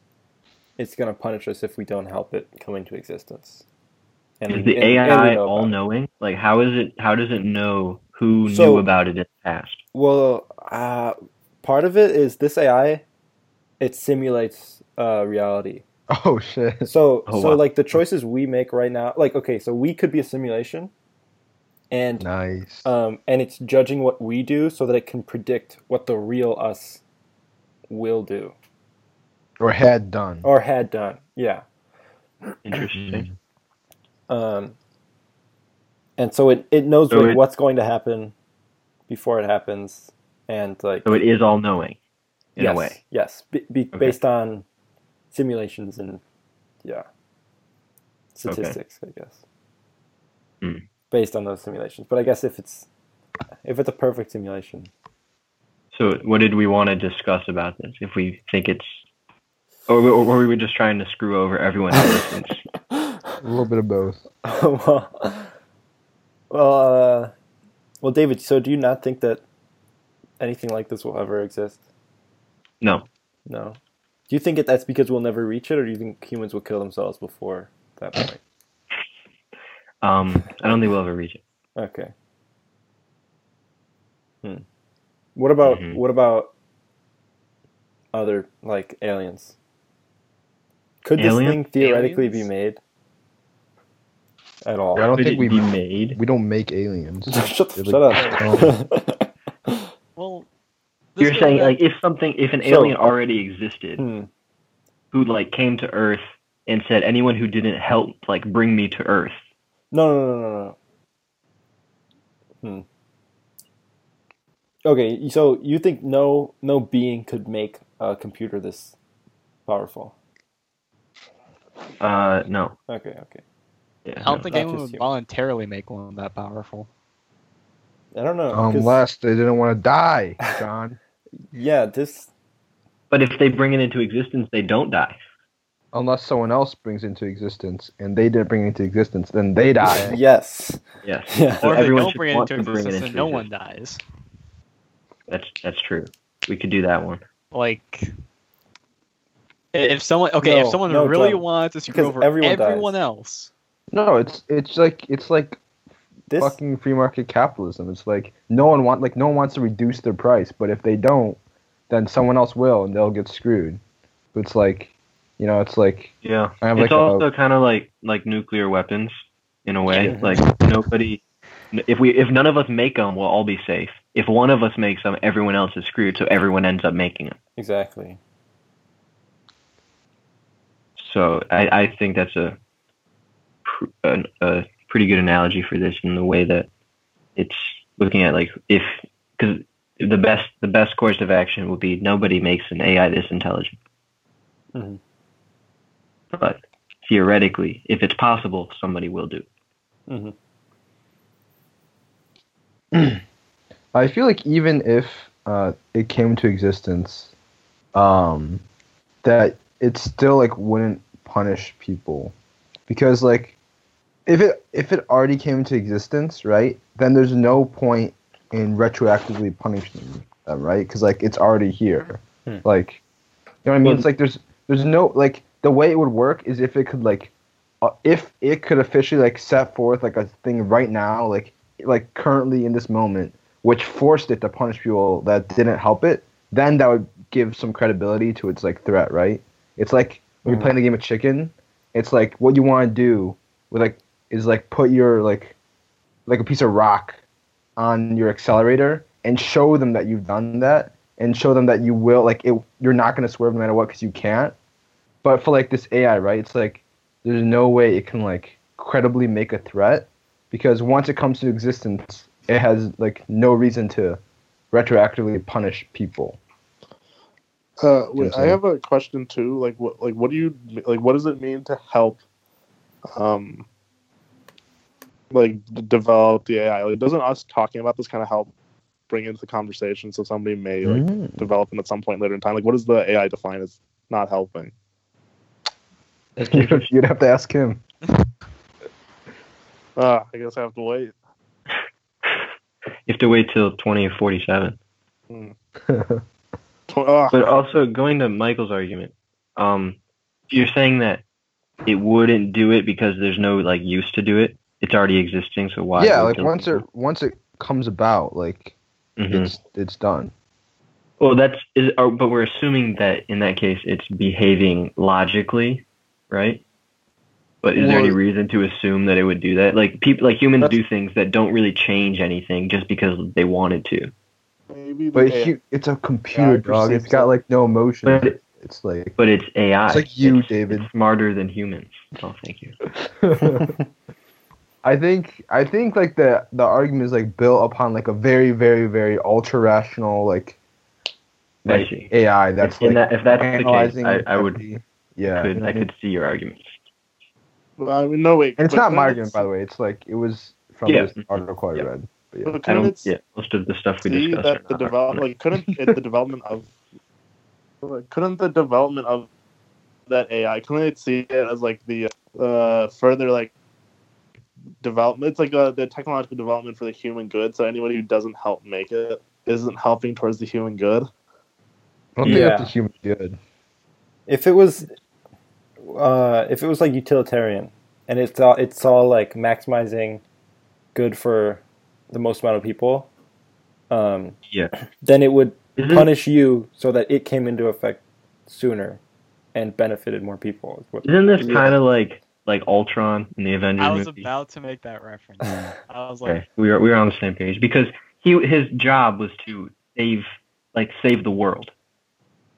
Speaker 1: it's going to punish us if we don't help it come into existence.
Speaker 3: Is the
Speaker 1: we
Speaker 3: AI
Speaker 1: know about
Speaker 3: all
Speaker 1: it.
Speaker 3: knowing? Like, how is it? How does it know who
Speaker 1: So-
Speaker 3: knew about it in the past?
Speaker 1: Well, uh, part of it is this AI, it simulates uh, reality.
Speaker 2: Oh shit.
Speaker 1: So,
Speaker 3: Oh,
Speaker 1: so
Speaker 3: wow.
Speaker 1: like the choices we make right now, like okay, so we could be a simulation, and
Speaker 2: Nice.
Speaker 1: um, and it's judging what we do so that it can predict what the real us will do
Speaker 2: or had done.
Speaker 1: or had done. Yeah.
Speaker 3: Interesting.
Speaker 1: Um, and so it it knows
Speaker 3: So
Speaker 1: like
Speaker 3: it-
Speaker 1: what's going to happen before it happens, and like
Speaker 3: So it is all knowing, in
Speaker 1: yes,
Speaker 3: a way.
Speaker 1: Yes, be, be,
Speaker 3: Okay.
Speaker 1: based on simulations and yeah, statistics, I guess.
Speaker 3: Hmm.
Speaker 1: Based on those simulations, but I guess if it's if it's a perfect simulation,
Speaker 3: So what did we want to discuss about this? If we think it's, or, or were we just trying to screw over everyone? who listens?
Speaker 2: A little bit of both.
Speaker 1: well, Well, uh, well, David. So, do you not think that anything like this will ever exist?
Speaker 3: No.
Speaker 1: No. Do you think that that's because we'll never reach it, or do you think humans will kill themselves before that point?
Speaker 3: Um, I don't think we'll ever reach it.
Speaker 1: Okay. Hmm. What about
Speaker 3: Mhm.
Speaker 1: what about other like aliens? Could this thing
Speaker 3: Alien-
Speaker 1: theoretically be
Speaker 4: aliens?
Speaker 1: made at all?
Speaker 2: I don't
Speaker 3: Could
Speaker 2: think
Speaker 3: it
Speaker 2: we
Speaker 3: be made.
Speaker 2: we don't make aliens.
Speaker 1: shut,
Speaker 2: They're
Speaker 1: shut
Speaker 2: like-
Speaker 1: up.
Speaker 4: Well, this
Speaker 3: You're
Speaker 4: goes
Speaker 3: saying
Speaker 4: back-
Speaker 3: like if something, if an
Speaker 1: So-
Speaker 3: alien already existed,
Speaker 1: Hmm.
Speaker 3: who like came to Earth and said, anyone who didn't help, like bring me to Earth.
Speaker 1: No, no, no, no, no. Hmm. Okay, so you think no no being could make a computer this powerful?
Speaker 3: Uh, no.
Speaker 1: Okay, okay.
Speaker 3: Yeah,
Speaker 4: I
Speaker 3: no.
Speaker 4: don't think
Speaker 1: not
Speaker 4: anyone
Speaker 1: just
Speaker 4: would
Speaker 1: you.
Speaker 4: voluntarily make one that powerful.
Speaker 1: I don't know. 'cause-
Speaker 2: Unless Um, they didn't want to die, John.
Speaker 1: yeah, this
Speaker 3: But if they bring it into existence, they don't die.
Speaker 2: Unless someone else brings into existence and they didn't bring it into existence, then they die.
Speaker 1: yes,
Speaker 3: Yes.
Speaker 1: yeah.
Speaker 3: So
Speaker 4: Or if they
Speaker 3: everyone
Speaker 4: don't
Speaker 3: should
Speaker 4: bring it
Speaker 3: want
Speaker 4: into
Speaker 3: to bring it
Speaker 4: existence, then
Speaker 3: into
Speaker 4: no one dies.
Speaker 3: That's that's true. We could do that one.
Speaker 4: Like, i- if someone okay, if
Speaker 1: No,
Speaker 4: someone
Speaker 1: no,
Speaker 4: really
Speaker 1: John,
Speaker 4: wanted to screw
Speaker 1: because
Speaker 4: over
Speaker 1: everyone dies.
Speaker 4: everyone else,
Speaker 2: No, it's it's like it's like
Speaker 1: This
Speaker 2: fucking free market capitalism. It's like no one want like no one wants to reduce their price, but if they don't, then someone else will and they'll get screwed. It's like you know, it's like
Speaker 3: Yeah.
Speaker 2: I have
Speaker 3: It's
Speaker 2: like
Speaker 3: also
Speaker 2: a,
Speaker 3: kind of like like nuclear weapons in a way. Like nobody, if we if none of us make them, we'll all be safe. If one of us makes them, everyone else is screwed. So everyone ends up making them.
Speaker 1: exactly.
Speaker 3: So I, I think that's a, pr- an, a pretty good analogy for this in the way that it's looking at like if because the best the best course of action would be nobody makes an AI this intelligent.
Speaker 1: Mhm.
Speaker 3: But theoretically, if it's possible, somebody will do. it.
Speaker 1: Mhm.
Speaker 2: I feel like even if uh, it came to existence, um, that it still like wouldn't punish people, because like if it if it already came into existence, right? Then there's no point in retroactively punishing them, right? Because like it's already here,
Speaker 1: Hmm.
Speaker 2: like you know what I mean.
Speaker 3: Well-
Speaker 2: it's like there's there's no like the way it would work is if it could like uh, if it could officially like set forth like a thing right now, like like currently in this moment, which forced it to punish people that didn't help it, then that would give some credibility to its like threat, right? It's like when
Speaker 1: Mhm.
Speaker 2: you're playing a game of chicken, it's like what you want to do with like is like put your like like a piece of rock on your accelerator and show them that you've done that and show them that you will like it you're not going to swerve no matter what cuz you can't. But for like this AI, right? It's like there's no way it can like credibly make a threat because once it comes to existence, it has like no reason to retroactively punish people.
Speaker 5: Uh, wait, I
Speaker 2: Continue.
Speaker 5: have a question too. Like, what, like, what do you, like, what does it mean to help, um, like, d- develop the AI? Like, doesn't us talking about this kind of help bring into the conversation so somebody may like
Speaker 2: Mm-hmm.
Speaker 5: develop them at some point later in time? Like, what does the AI define as not helping?
Speaker 2: You'd have to ask him.
Speaker 5: Uh, I guess I have to wait.
Speaker 3: You have to wait till 2047.
Speaker 5: Tw- ah,
Speaker 3: But also going to Michael's argument, um, you're saying that it wouldn't do it because there's no like use to do it. It's already existing, so why?
Speaker 2: yeah, like
Speaker 3: would it-
Speaker 2: once it once it comes about, like
Speaker 3: Mhm.
Speaker 2: it's it's done.
Speaker 3: Well, that's is, are, but we're assuming that in that case it's behaving logically, right? But is there
Speaker 5: Well-
Speaker 3: any reason to assume that it would do that? Like people, like humans
Speaker 2: That's-
Speaker 3: do things that don't really change anything just because they wanted to.
Speaker 5: maybe the
Speaker 2: But
Speaker 5: AI
Speaker 2: hu- it's a computer
Speaker 5: Yeah, I
Speaker 2: dog. It's
Speaker 5: perceive
Speaker 2: got
Speaker 5: so.
Speaker 2: like no emotion.
Speaker 3: But it-
Speaker 2: it's like
Speaker 3: But it's AI.
Speaker 2: It's like you,
Speaker 3: It's-
Speaker 2: David.
Speaker 3: it's smarter than humans. Oh, thank you.
Speaker 2: I think I think like the the argument is like built upon like a very very very ultra rational like
Speaker 3: I
Speaker 2: like
Speaker 3: see.
Speaker 2: AI that's
Speaker 3: In
Speaker 2: like
Speaker 3: that- if that's the case,
Speaker 2: analyzing
Speaker 3: I- I would-
Speaker 2: every- yeah
Speaker 3: I
Speaker 2: you
Speaker 3: could,
Speaker 2: know
Speaker 3: I
Speaker 2: what mean?
Speaker 3: could see your argument.
Speaker 5: Well, I mean, no wait.
Speaker 2: and it's
Speaker 5: but
Speaker 2: not
Speaker 5: then
Speaker 2: my
Speaker 5: it's-
Speaker 2: argument by the way it's like it was from
Speaker 3: Yeah.
Speaker 2: this article I
Speaker 3: Yeah.
Speaker 2: read but yeah.
Speaker 5: But
Speaker 3: I
Speaker 5: couldn't
Speaker 3: don't.
Speaker 5: it
Speaker 3: Yeah, most of the stuff we
Speaker 5: see
Speaker 3: discussed.
Speaker 5: that
Speaker 3: are
Speaker 5: the
Speaker 3: not-
Speaker 5: develop like couldn't it, the development of like, couldn't the development of that AI couldn't it see it as like the uh, further like development. It's like uh, the technological development for the human good. So anybody who doesn't help make it isn't helping towards the human good.
Speaker 2: I don't think
Speaker 1: Yeah.
Speaker 2: that's a human good.
Speaker 1: if it was uh, if it was like utilitarian and it's all it's all like maximizing good for the most amount of people um,
Speaker 3: Yeah.
Speaker 1: then it would
Speaker 3: Isn't-
Speaker 1: punish you so that it came into effect sooner and benefited more people is what-
Speaker 3: Isn't this kind of like like Ultron in the Avengers
Speaker 4: I was
Speaker 3: movie?
Speaker 4: about to make that reference. I was like,
Speaker 3: okay. we were we were on the same page because he his job was to save like save the world,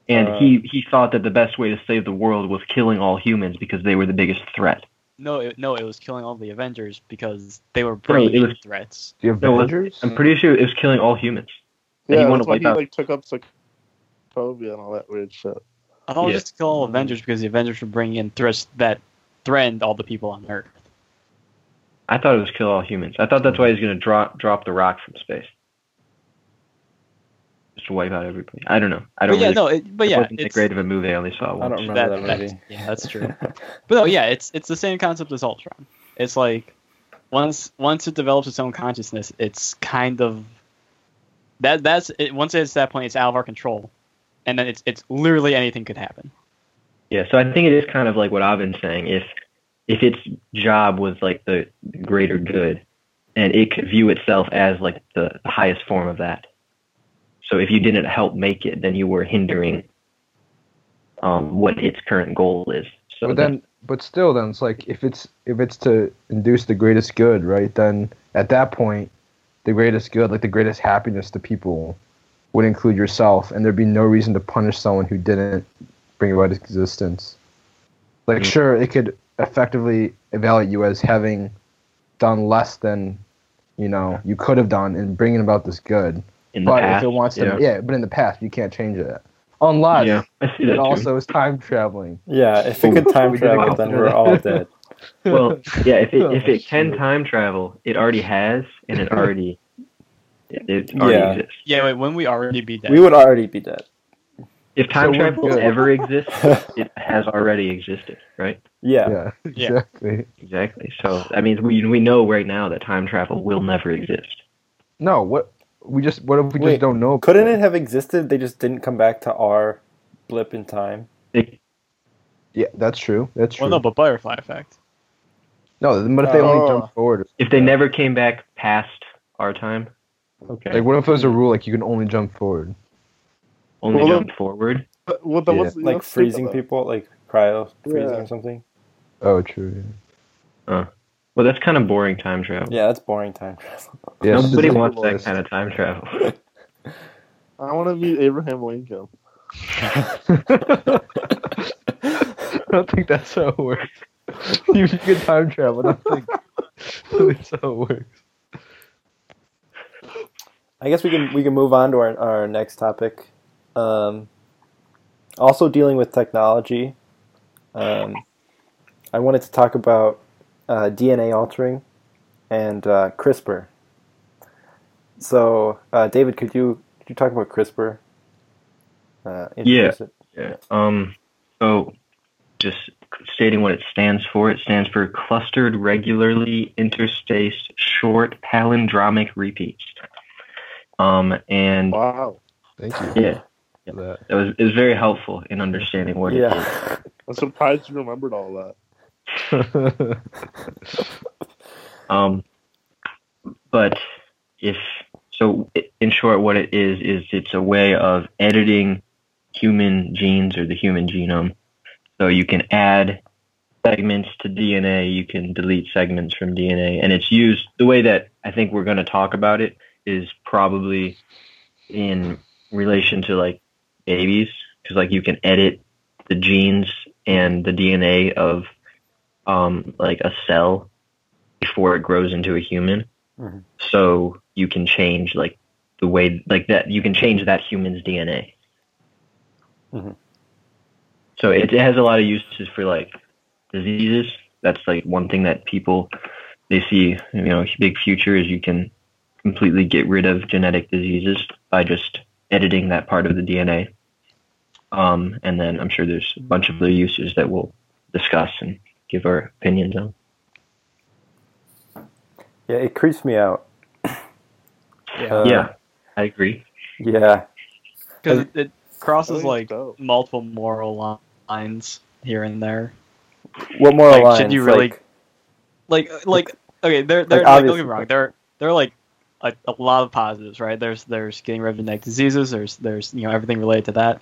Speaker 3: and
Speaker 1: Uh,
Speaker 3: he he thought that the best way to save the world was killing all humans because they were the biggest threat.
Speaker 4: no, it, no, it was killing all the Avengers because they were
Speaker 3: No, it
Speaker 4: bringing
Speaker 3: was-
Speaker 4: threats.
Speaker 2: The
Speaker 3: No, it-
Speaker 2: Avengers?
Speaker 3: I'm pretty sure it was killing all humans. And
Speaker 5: Yeah,
Speaker 3: he wanna
Speaker 5: that's why
Speaker 3: wipe
Speaker 5: he
Speaker 3: out-
Speaker 5: like took up Sokovia and all that weird shit.
Speaker 4: I thought it was
Speaker 3: Yeah.
Speaker 4: Oh, just to kill all Avengers because the Avengers were bringing in threats that threatened all the people on Earth.
Speaker 3: I thought it was kill all humans. I thought that's why he's gonna drop drop the rock from space. Just to wipe out everybody. I don't know. I don't
Speaker 4: But yeah,
Speaker 3: really,
Speaker 4: no, it, but
Speaker 3: it
Speaker 4: yeah,
Speaker 3: wasn't that
Speaker 4: it's,
Speaker 3: great of a movie. I only saw it
Speaker 1: i
Speaker 3: once.
Speaker 1: don't remember that,
Speaker 4: that-
Speaker 1: movie
Speaker 4: yeah, that's true. but no, Oh, yeah, it's it's the same concept as Ultron. It's like once once it develops its own consciousness, it's kind of that that's it, once it's that point, it's out of our control, and then it's it's literally anything could happen.
Speaker 3: Yeah, so I think it is kind of like what I've been saying. If if its job was like the the greater good, and it could view itself as like the, the highest form of that. So if you didn't help make it, then you were hindering um, what its current goal is. So
Speaker 2: but then, but still, then it's like if it's if it's to induce the greatest good, right? Then at that point, the greatest good, like the greatest happiness to people, would include yourself, and there'd be no reason to punish someone who didn't bring about its existence. Like,
Speaker 3: Mm.
Speaker 2: sure, it could effectively evaluate you as having done less than you know you could have done in bringing about this good,
Speaker 3: in the
Speaker 2: but
Speaker 3: past,
Speaker 2: if it wants to,
Speaker 3: yeah,
Speaker 2: yeah. but in the past you can't change it, unless
Speaker 3: Yeah, I see that
Speaker 2: it
Speaker 3: too.
Speaker 2: also is time traveling.
Speaker 1: yeah if it could time
Speaker 2: We didn't
Speaker 1: travel
Speaker 2: go
Speaker 1: then
Speaker 2: through
Speaker 1: we're
Speaker 2: that.
Speaker 1: all dead
Speaker 3: well, yeah. If it if
Speaker 2: Oh,
Speaker 3: it can
Speaker 2: shoot.
Speaker 3: time travel, it already has, and it already it, it already
Speaker 1: Yeah.
Speaker 3: exists.
Speaker 4: Yeah, wait, when we already be dead.
Speaker 1: we would already be dead
Speaker 3: If time
Speaker 2: So we're
Speaker 3: travel
Speaker 2: good.
Speaker 3: ever exists, it has already existed, right?
Speaker 1: yeah
Speaker 2: Yeah,
Speaker 4: Yeah.
Speaker 2: exactly.
Speaker 3: Exactly. So I mean, we we know right now that time travel will never exist.
Speaker 2: No, what we just what if we
Speaker 1: Wait,
Speaker 2: just don't know? about
Speaker 1: couldn't it have existed they just didn't come back to our blip in time
Speaker 3: They,
Speaker 2: Yeah, that's true. That's true.
Speaker 4: well, no, but butterfly effect.
Speaker 2: no, but if they
Speaker 5: Oh.
Speaker 2: only jump forward,
Speaker 3: if they never came back past our time, okay,
Speaker 2: like what if there's a rule like you can only jump forward?
Speaker 3: only
Speaker 5: Well,
Speaker 3: jump forward.
Speaker 5: But what the,
Speaker 2: Yeah.
Speaker 5: what's,
Speaker 1: like
Speaker 5: that's stupid,
Speaker 1: freezing
Speaker 5: though.
Speaker 1: people like cryo freezing
Speaker 5: Yeah.
Speaker 1: or something
Speaker 2: Oh, true.
Speaker 3: Well, that's kind of boring time travel.
Speaker 1: yeah that's boring time travel
Speaker 2: Yeah, yeah
Speaker 3: Nobody
Speaker 2: so-
Speaker 3: wants that
Speaker 2: list.
Speaker 3: kind of time travel.
Speaker 5: I want to meet Abraham Lincoln.
Speaker 2: I don't think that's how it works. you can time travel. I don't think that's how it works.
Speaker 1: I guess we can we can move on to our, our next topic. Um, also dealing with technology, um, I wanted to talk about uh, DNA altering and uh, CRISPR. So, uh, David, could you could you talk about CRISPR? Uh, introduce it.
Speaker 3: yeah. Um. So, just stating what it stands for. It stands for clustered, regularly interspaced, short palindromic repeats. Um. And
Speaker 5: Wow,
Speaker 2: Thank you
Speaker 3: yeah,
Speaker 2: for that.
Speaker 3: it was it was very helpful in understanding what it is.
Speaker 1: Yeah.
Speaker 5: I'm surprised you remembered all that.
Speaker 3: Um, but if so, i- in short, what it is is it's a way of editing human genes or the human genome. So you can add segments to DNA, you can delete segments from DNA, and it's used the way that I think we're going to talk about it is probably in relation to like babies, because like you can edit the genes and the DNA of um, like a cell before it grows into a human.
Speaker 1: Mhm.
Speaker 3: So you can change like the way like that you can change that human's DNA.
Speaker 1: Mhm.
Speaker 3: So it, it has a lot of uses for like diseases. That's like one thing that people they see, you know, big future is you can completely get rid of genetic diseases by just editing that part of the DNA. Um, and then I'm sure there's a bunch of other uses that we'll discuss and give our opinions on.
Speaker 1: Yeah, it creeps me out.
Speaker 4: Yeah.
Speaker 1: Uh,
Speaker 3: yeah, I agree.
Speaker 1: Yeah.
Speaker 4: because it, it
Speaker 1: Oh,
Speaker 5: I
Speaker 4: crosses
Speaker 5: think
Speaker 4: like
Speaker 5: so.
Speaker 4: multiple moral li- lines here and there.
Speaker 1: What moral
Speaker 4: Like,
Speaker 1: lines?
Speaker 4: should you really-
Speaker 1: Like,
Speaker 4: Like, like, okay, there, there, like, don't get
Speaker 1: obviously.
Speaker 4: me wrong, there, there are like a, a lot of positives, right? There's, there's getting rid of genetic diseases. There's, there's, you know, everything related to that.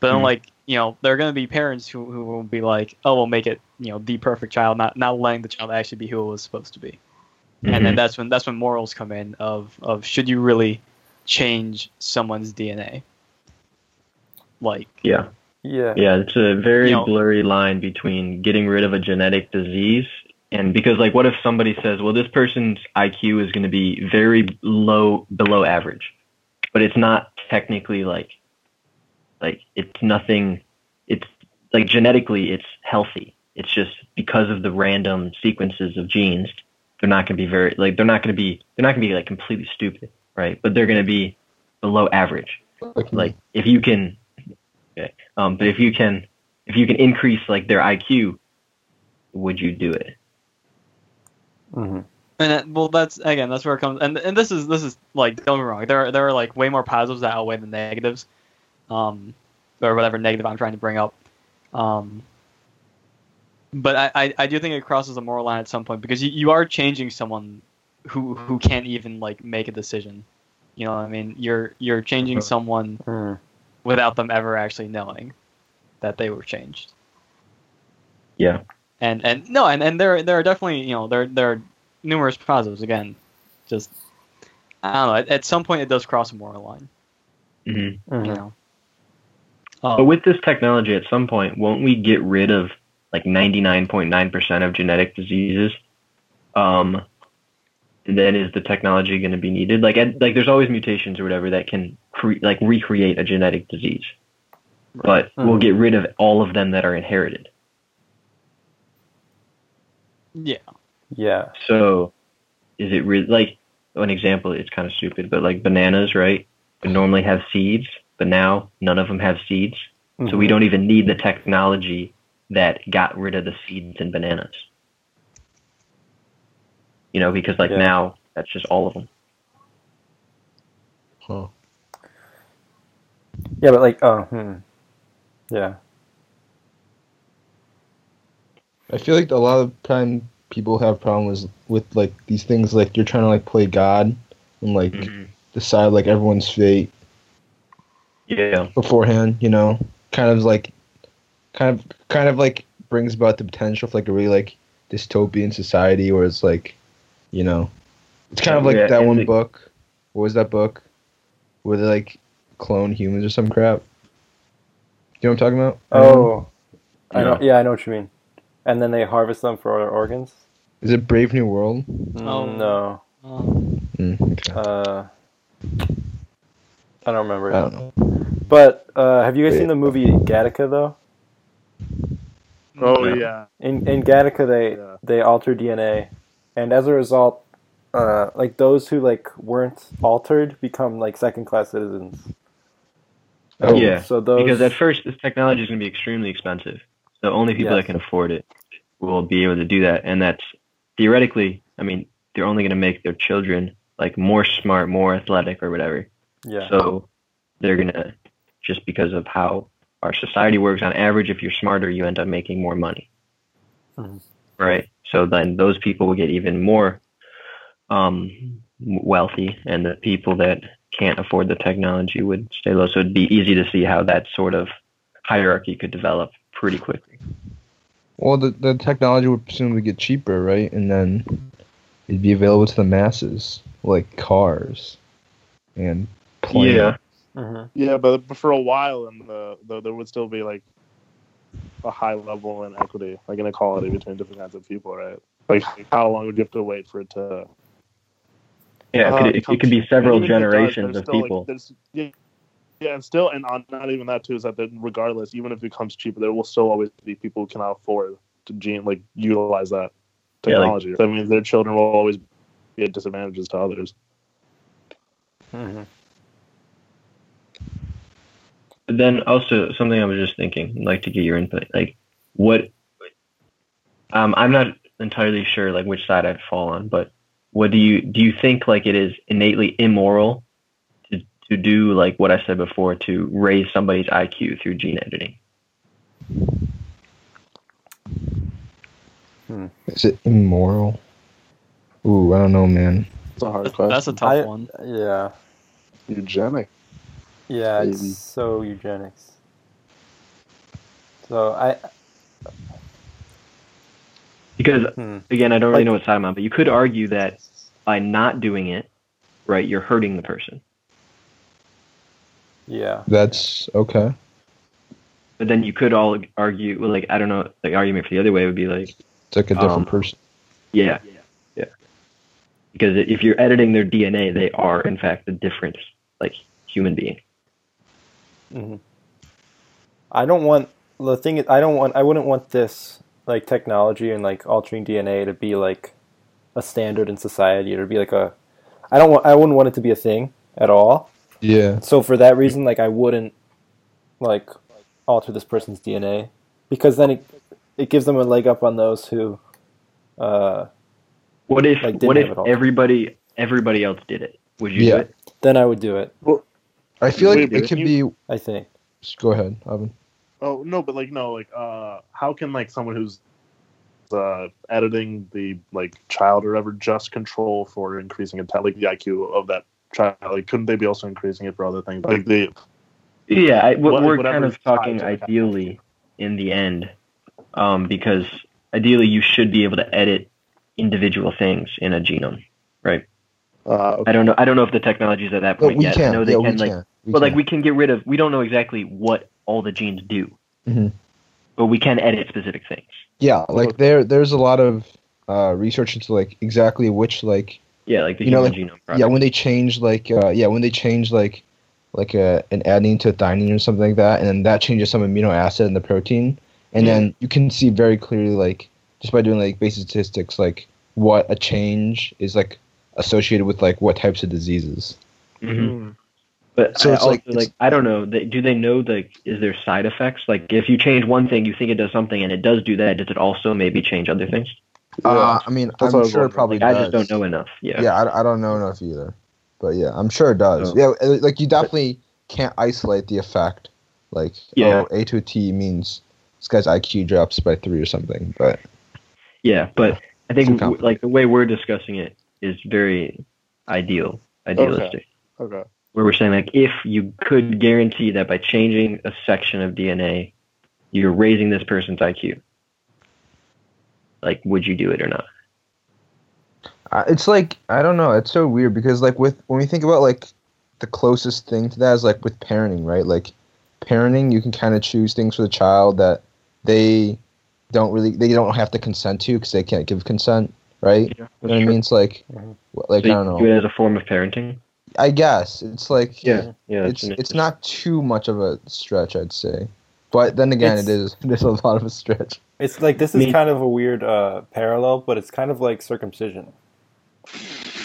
Speaker 4: But then,
Speaker 3: Mhm.
Speaker 4: like, you know, there are going to be parents who, who will be like, oh, we'll make it, you know, the perfect child, not, not letting the child actually be who it was supposed to be. and then that's when that's when morals come in of of should you really change someone's DNA? Like
Speaker 3: yeah,
Speaker 1: yeah.
Speaker 3: yeah, it's a very
Speaker 4: You know-
Speaker 3: blurry line between getting rid of a genetic disease and because like what if somebody says, well, this person's IQ is going to be very low below average, but it's not technically like like it's nothing. It's like genetically it's healthy. It's just because of the random sequences of genes, they're not going to be very like they're not going to be they're not going to be like completely stupid, right? But they're going to be below average like if you can okay, um but if you can if you can increase like their IQ would you do it
Speaker 1: Mhm.
Speaker 4: and that, well that's again that's where it comes and and this is this is like don't get me wrong there are, there are like way more positives that outweigh the negatives, um or whatever negative I'm trying to bring up, um. But I, I, I do think it crosses a moral line at some point because you, you are changing someone who who can't even like make a decision. You know what I mean? You're you're changing someone
Speaker 1: Mm.
Speaker 4: without them ever actually knowing that they were changed.
Speaker 3: Yeah.
Speaker 4: And and no, and, and there there are definitely you know there there are numerous positives again. Just I don't know. At, at some point, it does cross a moral line.
Speaker 3: mm-hmm.
Speaker 4: You
Speaker 1: Mhm.
Speaker 4: know. Um,
Speaker 3: but with this technology at some point won't we get rid of like 99.9% of genetic diseases um and then is the technology going to be needed like at, like there's always mutations or whatever that can cre- like recreate a genetic disease but we'll
Speaker 1: Mhm.
Speaker 3: get rid of all of them that are inherited
Speaker 4: yeah.
Speaker 1: Yeah.
Speaker 3: So, is it really like an example? It's kind of stupid, but like bananas, right? Would normally have seeds, but now none of them have seeds.
Speaker 1: Mm-hmm.
Speaker 3: So we don't even need the technology that got rid of the seeds in bananas. You know, because like
Speaker 1: Yeah.
Speaker 3: now that's just all of them.
Speaker 2: Huh.
Speaker 1: Yeah, but like, oh, hmm. Yeah.
Speaker 2: I feel like a lot of time people have problems with like these things like you're trying to like play God and like
Speaker 3: Mm-hmm.
Speaker 2: decide like everyone's fate
Speaker 3: Yeah.
Speaker 2: beforehand, you know? Kind of like kind of kind of like brings about the potential for like a really like dystopian society where it's like you know it's kind of like
Speaker 3: Yeah,
Speaker 2: that
Speaker 3: it's
Speaker 2: one
Speaker 3: like-
Speaker 2: book. What was that book? Where they like clone humans or some crap. You know what I'm talking about?
Speaker 1: Oh. I
Speaker 3: Yeah.
Speaker 1: know. Yeah, I know what you mean. And then they harvest them for other organs.
Speaker 2: Is it Brave New World?
Speaker 4: Oh.
Speaker 1: No.
Speaker 4: Um,
Speaker 2: Mm, okay.
Speaker 1: Uh, I don't remember.
Speaker 2: I
Speaker 3: Oh.
Speaker 2: don't know.
Speaker 1: But uh, have you guys
Speaker 2: Yeah.
Speaker 1: seen the movie Gattaca though?
Speaker 5: Oh
Speaker 1: oh,
Speaker 3: Yeah.
Speaker 5: yeah.
Speaker 1: In in Gattaca, they
Speaker 5: Yeah.
Speaker 1: they alter DNA, and as a result, uh, like those who like weren't altered become like second class citizens.
Speaker 2: Oh.
Speaker 3: Yeah.
Speaker 1: So those
Speaker 3: Because at first, this technology is going to be extremely expensive. So only people
Speaker 1: Yes.
Speaker 3: that can afford it will be able to do that. And that's theoretically, I mean, they're only going to make their children like more smart, more athletic, or whatever.
Speaker 1: yeah.
Speaker 3: So they're going to just because of how our society works on average, if you're smarter, you end up making more money.
Speaker 5: Mm-hmm.
Speaker 1: Mhm.
Speaker 3: Right. So then those people will get even more um, wealthy, and the people that can't afford the technology would stay low. So it'd be easy to see how that sort of hierarchy could develop pretty quickly.
Speaker 2: Well, the, the technology would presumably get cheaper, right? And then it'd be available to the masses, like cars and planes.
Speaker 3: Yeah.
Speaker 1: hmm
Speaker 5: Yeah, but but for a while, and the, the there would still be like a high level in equity, like inequality between different kinds of people, right? Like how long would you have to wait for it to?
Speaker 3: Yeah.
Speaker 5: Uh,
Speaker 3: it, could, it could be
Speaker 5: comes-
Speaker 3: several
Speaker 5: even if it does,
Speaker 3: generations
Speaker 5: there's
Speaker 3: of
Speaker 5: still, like,
Speaker 3: people.
Speaker 5: there's- yeah, yeah, and still, and on, not even that too is that then regardless, even if it becomes cheaper, there will still always be people who cannot afford to gene like utilize that
Speaker 3: Yeah, like-
Speaker 5: technology. that means their children will always be at disadvantages to others.
Speaker 1: hmm
Speaker 3: But then also something I was just thinking, I'd like to get your input. Like what um I'm not entirely sure like which side I'd fall on, but what do you do you think like it is innately immoral to, to do like what I said before to raise somebody's IQ through gene editing?
Speaker 2: Is it immoral? Ooh, I don't know, man.
Speaker 5: It's a hard
Speaker 4: That's,
Speaker 5: question.
Speaker 4: that's a tough
Speaker 1: I-
Speaker 4: one.
Speaker 1: Yeah.
Speaker 5: Eugenic.
Speaker 1: Yeah, it's
Speaker 5: Maybe.
Speaker 1: so eugenics. So I
Speaker 3: Because
Speaker 1: hmm,
Speaker 3: again, I don't
Speaker 1: Like-
Speaker 3: really know what side I'm on, but you could argue that by not doing it, right, you're hurting the person.
Speaker 1: yeah.
Speaker 2: That's okay.
Speaker 3: But then you could all argue, well, like I don't know, the argument for the other way would be like,
Speaker 2: It's like a different
Speaker 3: Um,
Speaker 2: person.
Speaker 3: yeah, yeah, because if you're editing their DNA, they are in fact a different like human being.
Speaker 1: hmm I don't want the thing is I don't want I wouldn't want this like technology and like altering DNA to be like a standard in society or be like a I don't want I wouldn't want it to be a thing at all.
Speaker 2: Yeah.
Speaker 1: So for that reason, like I wouldn't like alter this person's DNA because then it it gives them a leg up on those who uh
Speaker 3: What if
Speaker 1: Like, didn't
Speaker 3: what
Speaker 1: have
Speaker 3: if
Speaker 1: it all.
Speaker 3: everybody everybody else did it? Would you
Speaker 2: Yeah.
Speaker 3: do it?
Speaker 1: then I would do it,
Speaker 2: I feel like
Speaker 5: Wait,
Speaker 2: it could
Speaker 5: you-
Speaker 2: be.
Speaker 1: I think.
Speaker 2: Go ahead, Ivan.
Speaker 5: Oh no, but like no, like uh, how can like someone who's uh editing the like child or whatever just control for increasing inte- like the IQ of that child? Like, couldn't they be also increasing it for other things? Like the
Speaker 3: Yeah, I, what,
Speaker 5: What-
Speaker 3: we're
Speaker 5: whatever
Speaker 3: kind of
Speaker 5: is tied
Speaker 3: talking
Speaker 5: to it.
Speaker 3: ideally in the end, um, because ideally you should be able to edit individual things in a genome.
Speaker 5: uh,
Speaker 3: I don't know. I don't know if the technology is at that
Speaker 2: No,
Speaker 3: point
Speaker 2: we
Speaker 3: yet. I
Speaker 2: can.
Speaker 3: know they
Speaker 2: yeah,
Speaker 3: can
Speaker 2: we
Speaker 3: like,
Speaker 2: can. We
Speaker 3: but like
Speaker 2: can.
Speaker 3: we can get rid of. We don't know exactly what all the genes do,
Speaker 2: Mhm.
Speaker 3: but we can edit specific things.
Speaker 2: yeah, like there, there's a lot of uh, research into like exactly which like
Speaker 3: Yeah, like the
Speaker 2: You know,
Speaker 3: human genome. Project.
Speaker 2: yeah when they change like uh, yeah when they change like like uh, an adenine to thymine or something like that and then that changes some amino acid in the protein and then you can see very clearly like just by doing like basic statistics like what a change is like associated with like what types of diseases
Speaker 3: Mhm. But
Speaker 2: So
Speaker 3: I
Speaker 2: it's
Speaker 3: also,
Speaker 2: like-
Speaker 3: like, I don't know. They, do they know like is there side effects? Like if you change one thing, you think it does something, and it does do that. Does it also maybe change other things?
Speaker 2: uh, i mean
Speaker 5: That's what I
Speaker 2: i'm
Speaker 5: was
Speaker 2: sure it
Speaker 5: wondering.
Speaker 2: probably
Speaker 3: Like, I
Speaker 2: does.
Speaker 3: just don't know enough. Yeah. Oh.
Speaker 2: yeah I, I don't know enough either but yeah i'm sure it does yeah uh, like you definitely can't isolate the effect like
Speaker 3: Yeah.
Speaker 2: oh, a to t means this guy's iq drops by three or something but
Speaker 3: Yeah, but
Speaker 2: Too
Speaker 3: I think
Speaker 2: complicated.
Speaker 3: like the way we're discussing it is very ideal, idealistic.
Speaker 5: Okay.
Speaker 3: Where we're saying like if you could guarantee that by changing a section of DNA, you're raising this person's IQ. Like, would you do it or not?
Speaker 2: Uh, it's like I don't know. It's so weird because like with when we think about like the closest thing to that is like with parenting, right? Like parenting, you can kind of choose things for the child that they don't really they don't have to consent to because they can't give consent, right?
Speaker 3: Yeah,
Speaker 2: You
Speaker 3: Mm-hmm.
Speaker 2: know what I mean? It's like
Speaker 1: Mhm.
Speaker 2: wh- like
Speaker 3: So you
Speaker 2: I don't
Speaker 3: do
Speaker 2: know.
Speaker 3: it as a form of parenting.
Speaker 2: I guess it's like
Speaker 3: yeah.
Speaker 2: it's it's not too much of a stretch, I'd say. But then again, it is it is a lot of a stretch.
Speaker 1: It's like this is
Speaker 3: Me-
Speaker 1: kind of a weird uh, parallel, but it's kind of like circumcision.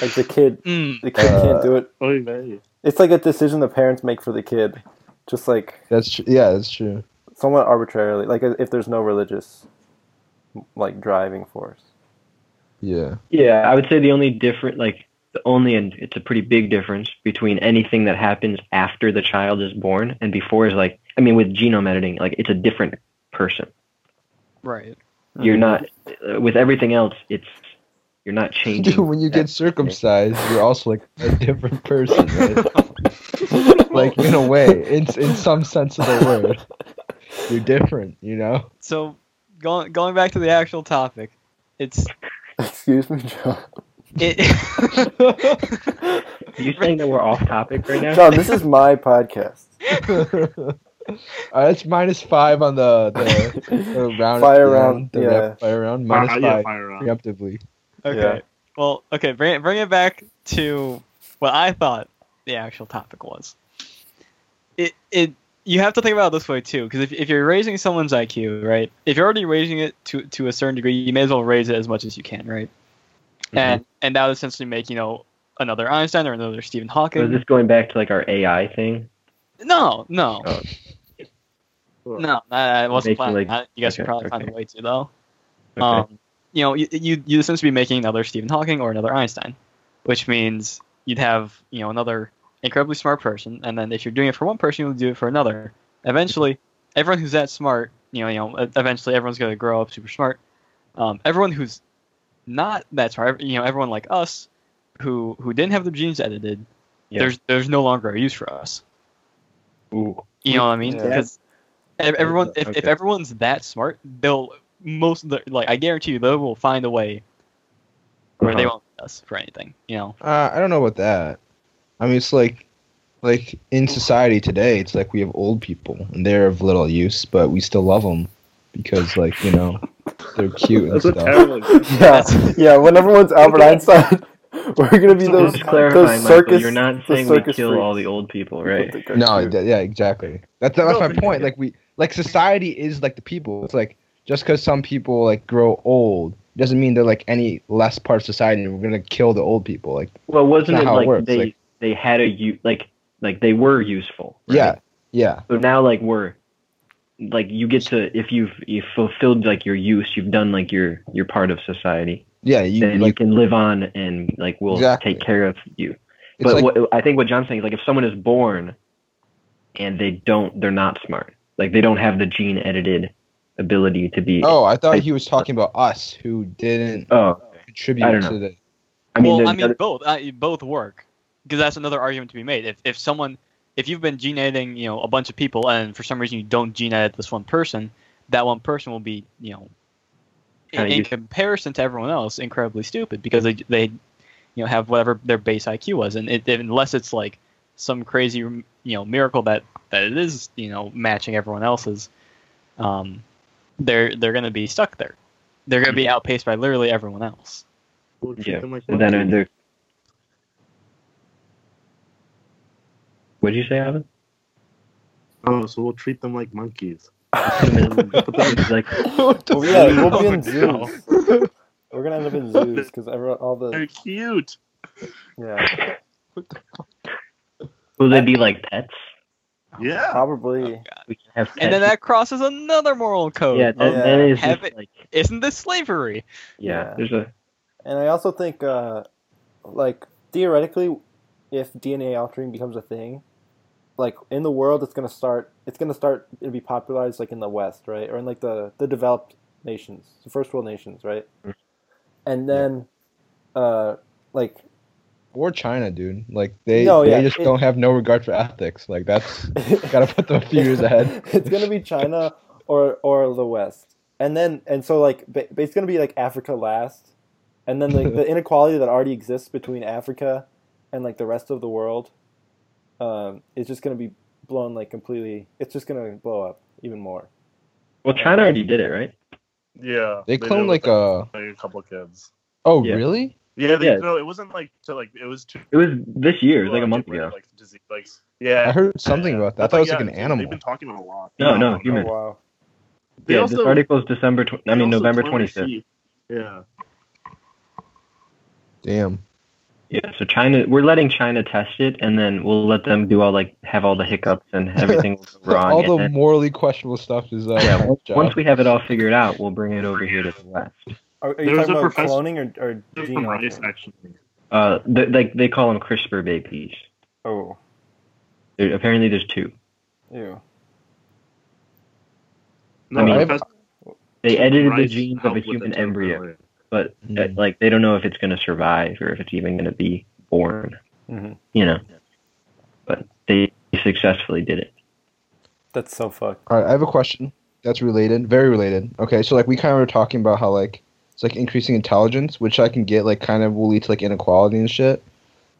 Speaker 1: Like the kid,
Speaker 4: Mm,
Speaker 1: the kid
Speaker 2: Uh,
Speaker 1: can't do it.
Speaker 5: Oh, yeah.
Speaker 1: It's like a decision the parents make for the kid, just like
Speaker 2: That's tr- yeah, that's true.
Speaker 1: somewhat arbitrarily. Like if there's no religious, like driving force.
Speaker 2: Yeah,
Speaker 3: Yeah, I would say the only different, like the only, and it's a pretty big difference between anything that happens after the child is born and before is like, I mean, with genome editing, like it's a different person.
Speaker 4: right.
Speaker 3: You're not uh, with everything else. It's you're not changing.
Speaker 2: dude. When you
Speaker 3: that.
Speaker 2: get circumcised, you're also like a different person, right? like in a way it's in some sense of the word you're different you know
Speaker 4: So going going back to the actual topic, it's
Speaker 1: Excuse me, John.
Speaker 4: it.
Speaker 3: Are you saying that we're off topic right now?
Speaker 1: John, this is my podcast.
Speaker 2: Alright, that's Uh, minus five on the the, the round
Speaker 1: Fire
Speaker 2: the
Speaker 1: round,
Speaker 2: the
Speaker 1: yeah.
Speaker 2: rap- fire round minus
Speaker 5: Fire, Uh, yeah,
Speaker 2: five
Speaker 5: fire round.
Speaker 2: preemptively
Speaker 4: Okay.
Speaker 1: Yeah.
Speaker 4: Well, okay. Bring it, bring it back to what I thought the actual topic was. It it you have to think about it this way too, because if if you're raising someone's IQ, right? If you're already raising it to to a certain degree, you may as well raise it as much as you can, right? And and that would essentially make you know another Einstein or another Stephen
Speaker 3: Is
Speaker 4: Hawking.
Speaker 3: this going back to like our AI thing?
Speaker 4: No, no,
Speaker 3: Oh.
Speaker 4: no. That, that wasn't planned.
Speaker 3: Making, like-
Speaker 4: I- you guys
Speaker 3: okay,
Speaker 4: could probably find
Speaker 3: okay.
Speaker 4: a way to though.
Speaker 3: Okay.
Speaker 4: Um, you know, you you you essentially be making another Stephen Hawking or another Einstein, which means you'd have you know another incredibly smart person, and then if you're doing it for one person, you'll do it for another. Eventually, everyone who's that smart, you know, you know, e- eventually everyone's going to grow up super smart. Um, everyone who's not that smart, you know, everyone like us, who who didn't have their genes edited,
Speaker 3: Yeah.
Speaker 4: there's there's no longer a use for us.
Speaker 3: Ooh.
Speaker 4: You know what I mean?
Speaker 1: Yeah.
Speaker 4: Because ev- everyone, if, if
Speaker 3: Okay.
Speaker 4: everyone's that smart, they'll most of the, like I guarantee you they will find a way where they
Speaker 3: Uh-huh.
Speaker 4: won't need us for anything. You know?
Speaker 2: Uh, I don't know about that. I mean, it's like, like in society today, it's like we have old people and they're of little use, but we still love them because, like, you know, they're cute and
Speaker 5: That's a
Speaker 2: stuff.
Speaker 5: terrible example.
Speaker 1: Yeah, yeah. When everyone's Albert Einstein, we're gonna be
Speaker 5: So
Speaker 1: those
Speaker 5: just
Speaker 3: clarifying,
Speaker 1: those
Speaker 3: Michael,
Speaker 1: circus.
Speaker 3: you're not
Speaker 1: the
Speaker 3: saying we kill
Speaker 1: circus freaks.
Speaker 3: all the old people, right?
Speaker 2: No, d- yeah, exactly. That's that's
Speaker 5: No,
Speaker 2: my
Speaker 5: but-
Speaker 2: point. Like we, like society is like the people. It's like just because some people like grow old doesn't mean they're like any less part of society. and We're gonna kill the old people. Like,
Speaker 3: Well, wasn't
Speaker 2: That's
Speaker 3: it
Speaker 2: not how it
Speaker 3: like
Speaker 2: works,
Speaker 3: they
Speaker 2: like-
Speaker 3: they had a u- like like they were useful? right?
Speaker 2: yeah, yeah,
Speaker 3: So now like we're like you get to if you've you've fulfilled like your use, you've done like your your part of society,
Speaker 2: yeah. You
Speaker 3: then you
Speaker 2: like
Speaker 3: can live on and like we'll
Speaker 2: Exactly.
Speaker 3: take care of you.
Speaker 2: it's
Speaker 3: But
Speaker 2: like
Speaker 3: what, I think what John's saying is like if someone is born and they don't, they're not smart. Like they don't have the gene edited ability to be.
Speaker 2: oh, I thought he was talking about us who didn't
Speaker 3: Oh, I
Speaker 2: contribute
Speaker 3: don't know.
Speaker 2: to the
Speaker 3: I mean,
Speaker 4: well,
Speaker 3: there's
Speaker 4: I mean,
Speaker 3: other-
Speaker 4: both uh, both work because that's another argument to be made. If if someone if you've been gene editing, you know, a bunch of people, and for some reason you don't gene edit this one person, that one person will be, you know, in,
Speaker 3: Kinda
Speaker 4: in
Speaker 3: used-
Speaker 4: comparison to everyone else, incredibly stupid because they they, you know, have whatever their base IQ was, and it, unless it's like some crazy, you know, miracle that that it is, you know, matching everyone else's, um, they're they're gonna be stuck there. They're gonna
Speaker 3: Mm-hmm.
Speaker 4: be outpaced by literally everyone else.
Speaker 5: We'll treat
Speaker 3: Yeah.
Speaker 5: them like
Speaker 3: And then
Speaker 5: monkeys.
Speaker 3: there. What did you say, Evan?
Speaker 5: oh, so we'll treat them like monkeys.
Speaker 3: like,
Speaker 1: Well, yeah, we'll be
Speaker 4: Oh,
Speaker 1: in
Speaker 4: no.
Speaker 1: zoos. We're gonna end up in zoos because everyone, all
Speaker 5: They're
Speaker 1: the
Speaker 5: cute.
Speaker 1: yeah,
Speaker 3: will they be like pets?
Speaker 5: Yeah.
Speaker 1: probably.
Speaker 3: We can have pets.
Speaker 4: And then that crosses another moral code.
Speaker 3: yeah, that,
Speaker 1: Oh,
Speaker 3: that
Speaker 1: yeah.
Speaker 3: is just
Speaker 4: Have it-
Speaker 3: like
Speaker 4: Isn't this slavery?
Speaker 1: Yeah.
Speaker 3: yeah. There's a
Speaker 1: And I also think, uh, like theoretically, if DNA altering becomes a thing, like in the world, it's gonna start. It's gonna start. It'll be popularized like in the West, right, or in like the the developed nations, the first world nations, right.
Speaker 3: Mhm.
Speaker 1: And then, uh, like
Speaker 2: or China, dude. Like they,
Speaker 1: No,
Speaker 2: they
Speaker 1: yeah,
Speaker 2: just
Speaker 1: it-
Speaker 2: don't have no regard for ethics. Like that's gotta put them a few years ahead.
Speaker 1: it's gonna be China or or the West, and then and so like ba- it's gonna be like Africa last, and then like the inequality that already exists between Africa and like the rest of the world, um, is just gonna be blown like completely. It's just gonna blow up even more.
Speaker 3: well, China already did it, right?
Speaker 5: Yeah.
Speaker 2: They
Speaker 5: did
Speaker 2: clone
Speaker 5: it
Speaker 2: like
Speaker 5: with,
Speaker 2: a.
Speaker 5: like, a couple kids.
Speaker 2: Oh
Speaker 3: Yeah.
Speaker 2: really?
Speaker 5: Yeah, they,
Speaker 3: Yeah.
Speaker 5: no, it wasn't like to like it was to
Speaker 3: It was this year. It was like a month
Speaker 5: people that
Speaker 3: ago.
Speaker 5: had, Like, disease, like yeah.
Speaker 2: I heard something
Speaker 5: Yeah.
Speaker 2: about that. I
Speaker 5: But,
Speaker 2: thought it was
Speaker 5: yeah,
Speaker 2: like an
Speaker 5: they- They've
Speaker 2: animal.
Speaker 5: been talking about it a lot.
Speaker 3: No, no, human.
Speaker 1: Oh, wow.
Speaker 5: They
Speaker 3: yeah,
Speaker 5: also-
Speaker 3: this article is December. Tw- I
Speaker 5: they
Speaker 3: mean,
Speaker 5: also
Speaker 3: November
Speaker 5: cloned
Speaker 3: 25th.
Speaker 5: their E sheep. Yeah.
Speaker 2: Damn.
Speaker 3: Yeah. So China, we're letting China test it, and then we'll let them do all like have all the hiccups and everything will go wrong.
Speaker 2: All
Speaker 3: and
Speaker 2: the
Speaker 3: then-
Speaker 2: morally questionable stuff is uh,
Speaker 3: yeah.
Speaker 2: my
Speaker 3: Once,
Speaker 2: job.
Speaker 3: once we have it all figured out, we'll bring it over here to the west.
Speaker 1: Are, are
Speaker 5: There
Speaker 1: you
Speaker 5: was
Speaker 1: talking
Speaker 5: a
Speaker 1: about
Speaker 5: professor-
Speaker 1: cloning or, or
Speaker 5: They're
Speaker 1: gene
Speaker 5: from Rice,
Speaker 1: altering?
Speaker 5: actually.
Speaker 3: Uh, they, like they call them CRISPR babies.
Speaker 1: Oh,
Speaker 3: There, apparently, there's two.
Speaker 1: ew.
Speaker 5: No,
Speaker 3: I mean,
Speaker 5: Professor
Speaker 3: They edited the
Speaker 5: Rice
Speaker 3: genes of a
Speaker 5: helped with
Speaker 3: human
Speaker 5: it,
Speaker 3: embryo,
Speaker 5: apparently.
Speaker 3: but uh,
Speaker 2: Mm.
Speaker 3: like they don't know if it's going to survive or if it's even going to be born.
Speaker 1: Mhm.
Speaker 3: You know, but they successfully did it.
Speaker 1: That's so fucked.
Speaker 2: All right, I have a question that's related, very related. Okay, so like we kind of were talking about how like it's like increasing intelligence, which I can get like kind of will lead to like inequality and shit.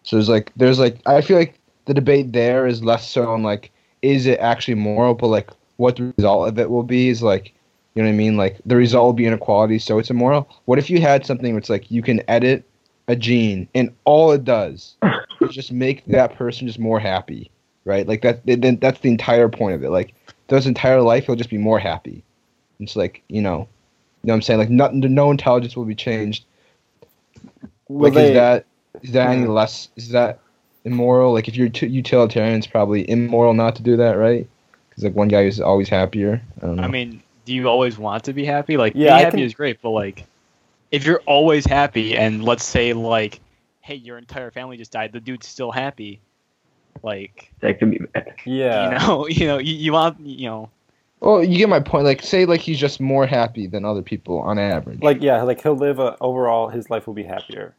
Speaker 2: So there's like there's like I feel like the debate there is less so on like is it actually moral, but like what the result of it will be is like you know what I mean. Like the result will be inequality, so it's immoral. What if you had something where it's like you can edit a gene and all it does is just make that person just more happy, right? Like that then that's the entire point of it. Like his entire life he'll just be more happy. It's like you know, you know what I'm saying. Like nothing, no intelligence will be changed.
Speaker 1: Will
Speaker 2: like
Speaker 1: they-
Speaker 2: is that is that any
Speaker 1: Hmm.
Speaker 2: less? Is that immoral? Like if you're t- utilitarian, it's probably immoral not to do that, right? Because like one guy is always happier. I don't know.
Speaker 4: I mean, do you always want to be happy? Like,
Speaker 1: Yeah,
Speaker 4: being
Speaker 1: I
Speaker 4: happy
Speaker 1: can-
Speaker 4: is great, but like, if you're always happy and let's say like hey your entire family just died the dude's still happy like
Speaker 3: That could be bad.
Speaker 1: Yeah.
Speaker 4: you know you know you, you want you know
Speaker 2: Well, you get my point. Like, say like he's just more happy than other people on average.
Speaker 1: Like yeah, like he'll live a overall his life will be happier.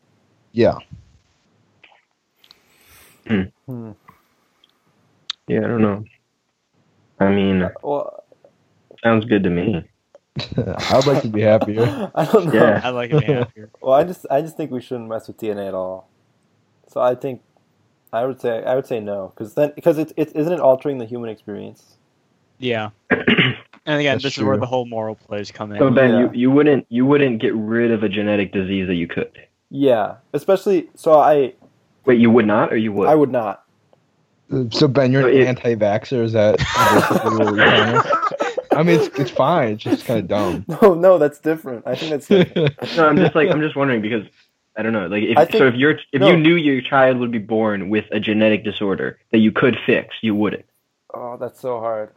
Speaker 2: yeah, Hmm.
Speaker 3: Yeah, I don't know. I mean,
Speaker 1: Well,
Speaker 3: sounds good to me.
Speaker 2: I'd like to be happier.
Speaker 1: I don't know.
Speaker 3: Yeah.
Speaker 4: i like it happier
Speaker 1: Well, I just I just think we shouldn't mess with DNA at all. So I think I would say I would say no because then because it's it isn't it altering the human experience.
Speaker 4: yeah and again
Speaker 2: That's
Speaker 4: this is where
Speaker 2: true.
Speaker 4: the whole moral plays come in
Speaker 3: So Ben,
Speaker 1: Yeah.
Speaker 3: you, you wouldn't you wouldn't get rid of a genetic disease that you could.
Speaker 1: Yeah, especially so I
Speaker 3: Wait, you would not, or you would?
Speaker 1: I would not.
Speaker 2: so Ben, you're
Speaker 3: So
Speaker 2: an
Speaker 3: it-
Speaker 2: anti-vaxxer. Is that? basically what you're telling us? I mean, it's it's fine. It's just kind of dumb.
Speaker 1: No, no, that's different. I think that's different.
Speaker 3: No, I'm just like I'm just wondering because I don't know. Like, if,
Speaker 1: I think-
Speaker 3: so if your if
Speaker 1: no.
Speaker 3: you knew your child would be born with a genetic disorder that you could fix, you wouldn't.
Speaker 1: oh, that's so hard.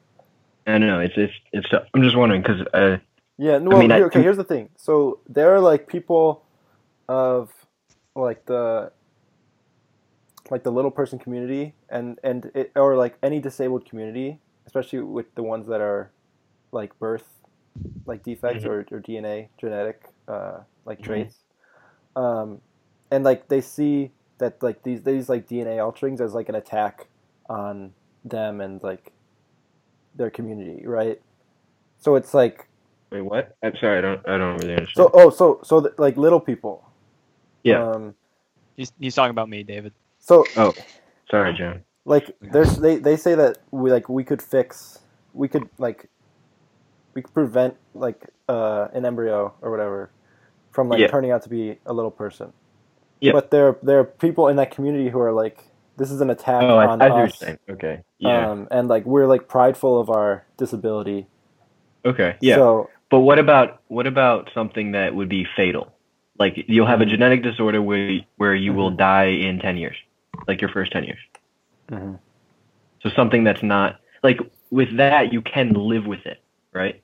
Speaker 3: I don't know. It's it's it's. tough. I'm just wondering because uh,
Speaker 1: Yeah, no, well,
Speaker 3: mean, I
Speaker 1: here, okay,
Speaker 3: think-
Speaker 1: here's the thing. So there are like people of like the like the little person community and and it, or like any disabled community, especially with the ones that are like birth like defects
Speaker 3: Mm-hmm.
Speaker 1: or, or DNA genetic uh, like
Speaker 3: Mhm.
Speaker 1: traits. Um, and like they see that like these these like DNA alterings as like an attack on them and like their community, right? So it's like
Speaker 3: wait, what? I'm sorry. I don't I don't really understand.
Speaker 1: so oh so so th like little people.
Speaker 3: Yeah.
Speaker 1: Um,
Speaker 4: he's, he's talking about me david
Speaker 1: so
Speaker 3: oh, sorry, John.
Speaker 1: like there's they they say that we like we could fix we could like we could prevent like uh an embryo or whatever from like
Speaker 3: Yeah.
Speaker 1: turning out to be a little person.
Speaker 3: Yeah.
Speaker 1: But there there are people in that community who are like this is an attack
Speaker 3: Oh, I,
Speaker 1: Uh,
Speaker 3: I
Speaker 1: on
Speaker 3: see what you're
Speaker 1: us.
Speaker 3: saying. Okay. Yeah.
Speaker 1: Um, and like we're like prideful of our disability.
Speaker 3: okay. Yeah.
Speaker 1: So
Speaker 3: But what about what about something that would be fatal? Like you'll have a
Speaker 1: Mm-hmm.
Speaker 3: genetic disorder where where you will die in ten years, like your first ten years.
Speaker 1: Mhm.
Speaker 3: So something that's not like with that you can live with it, right?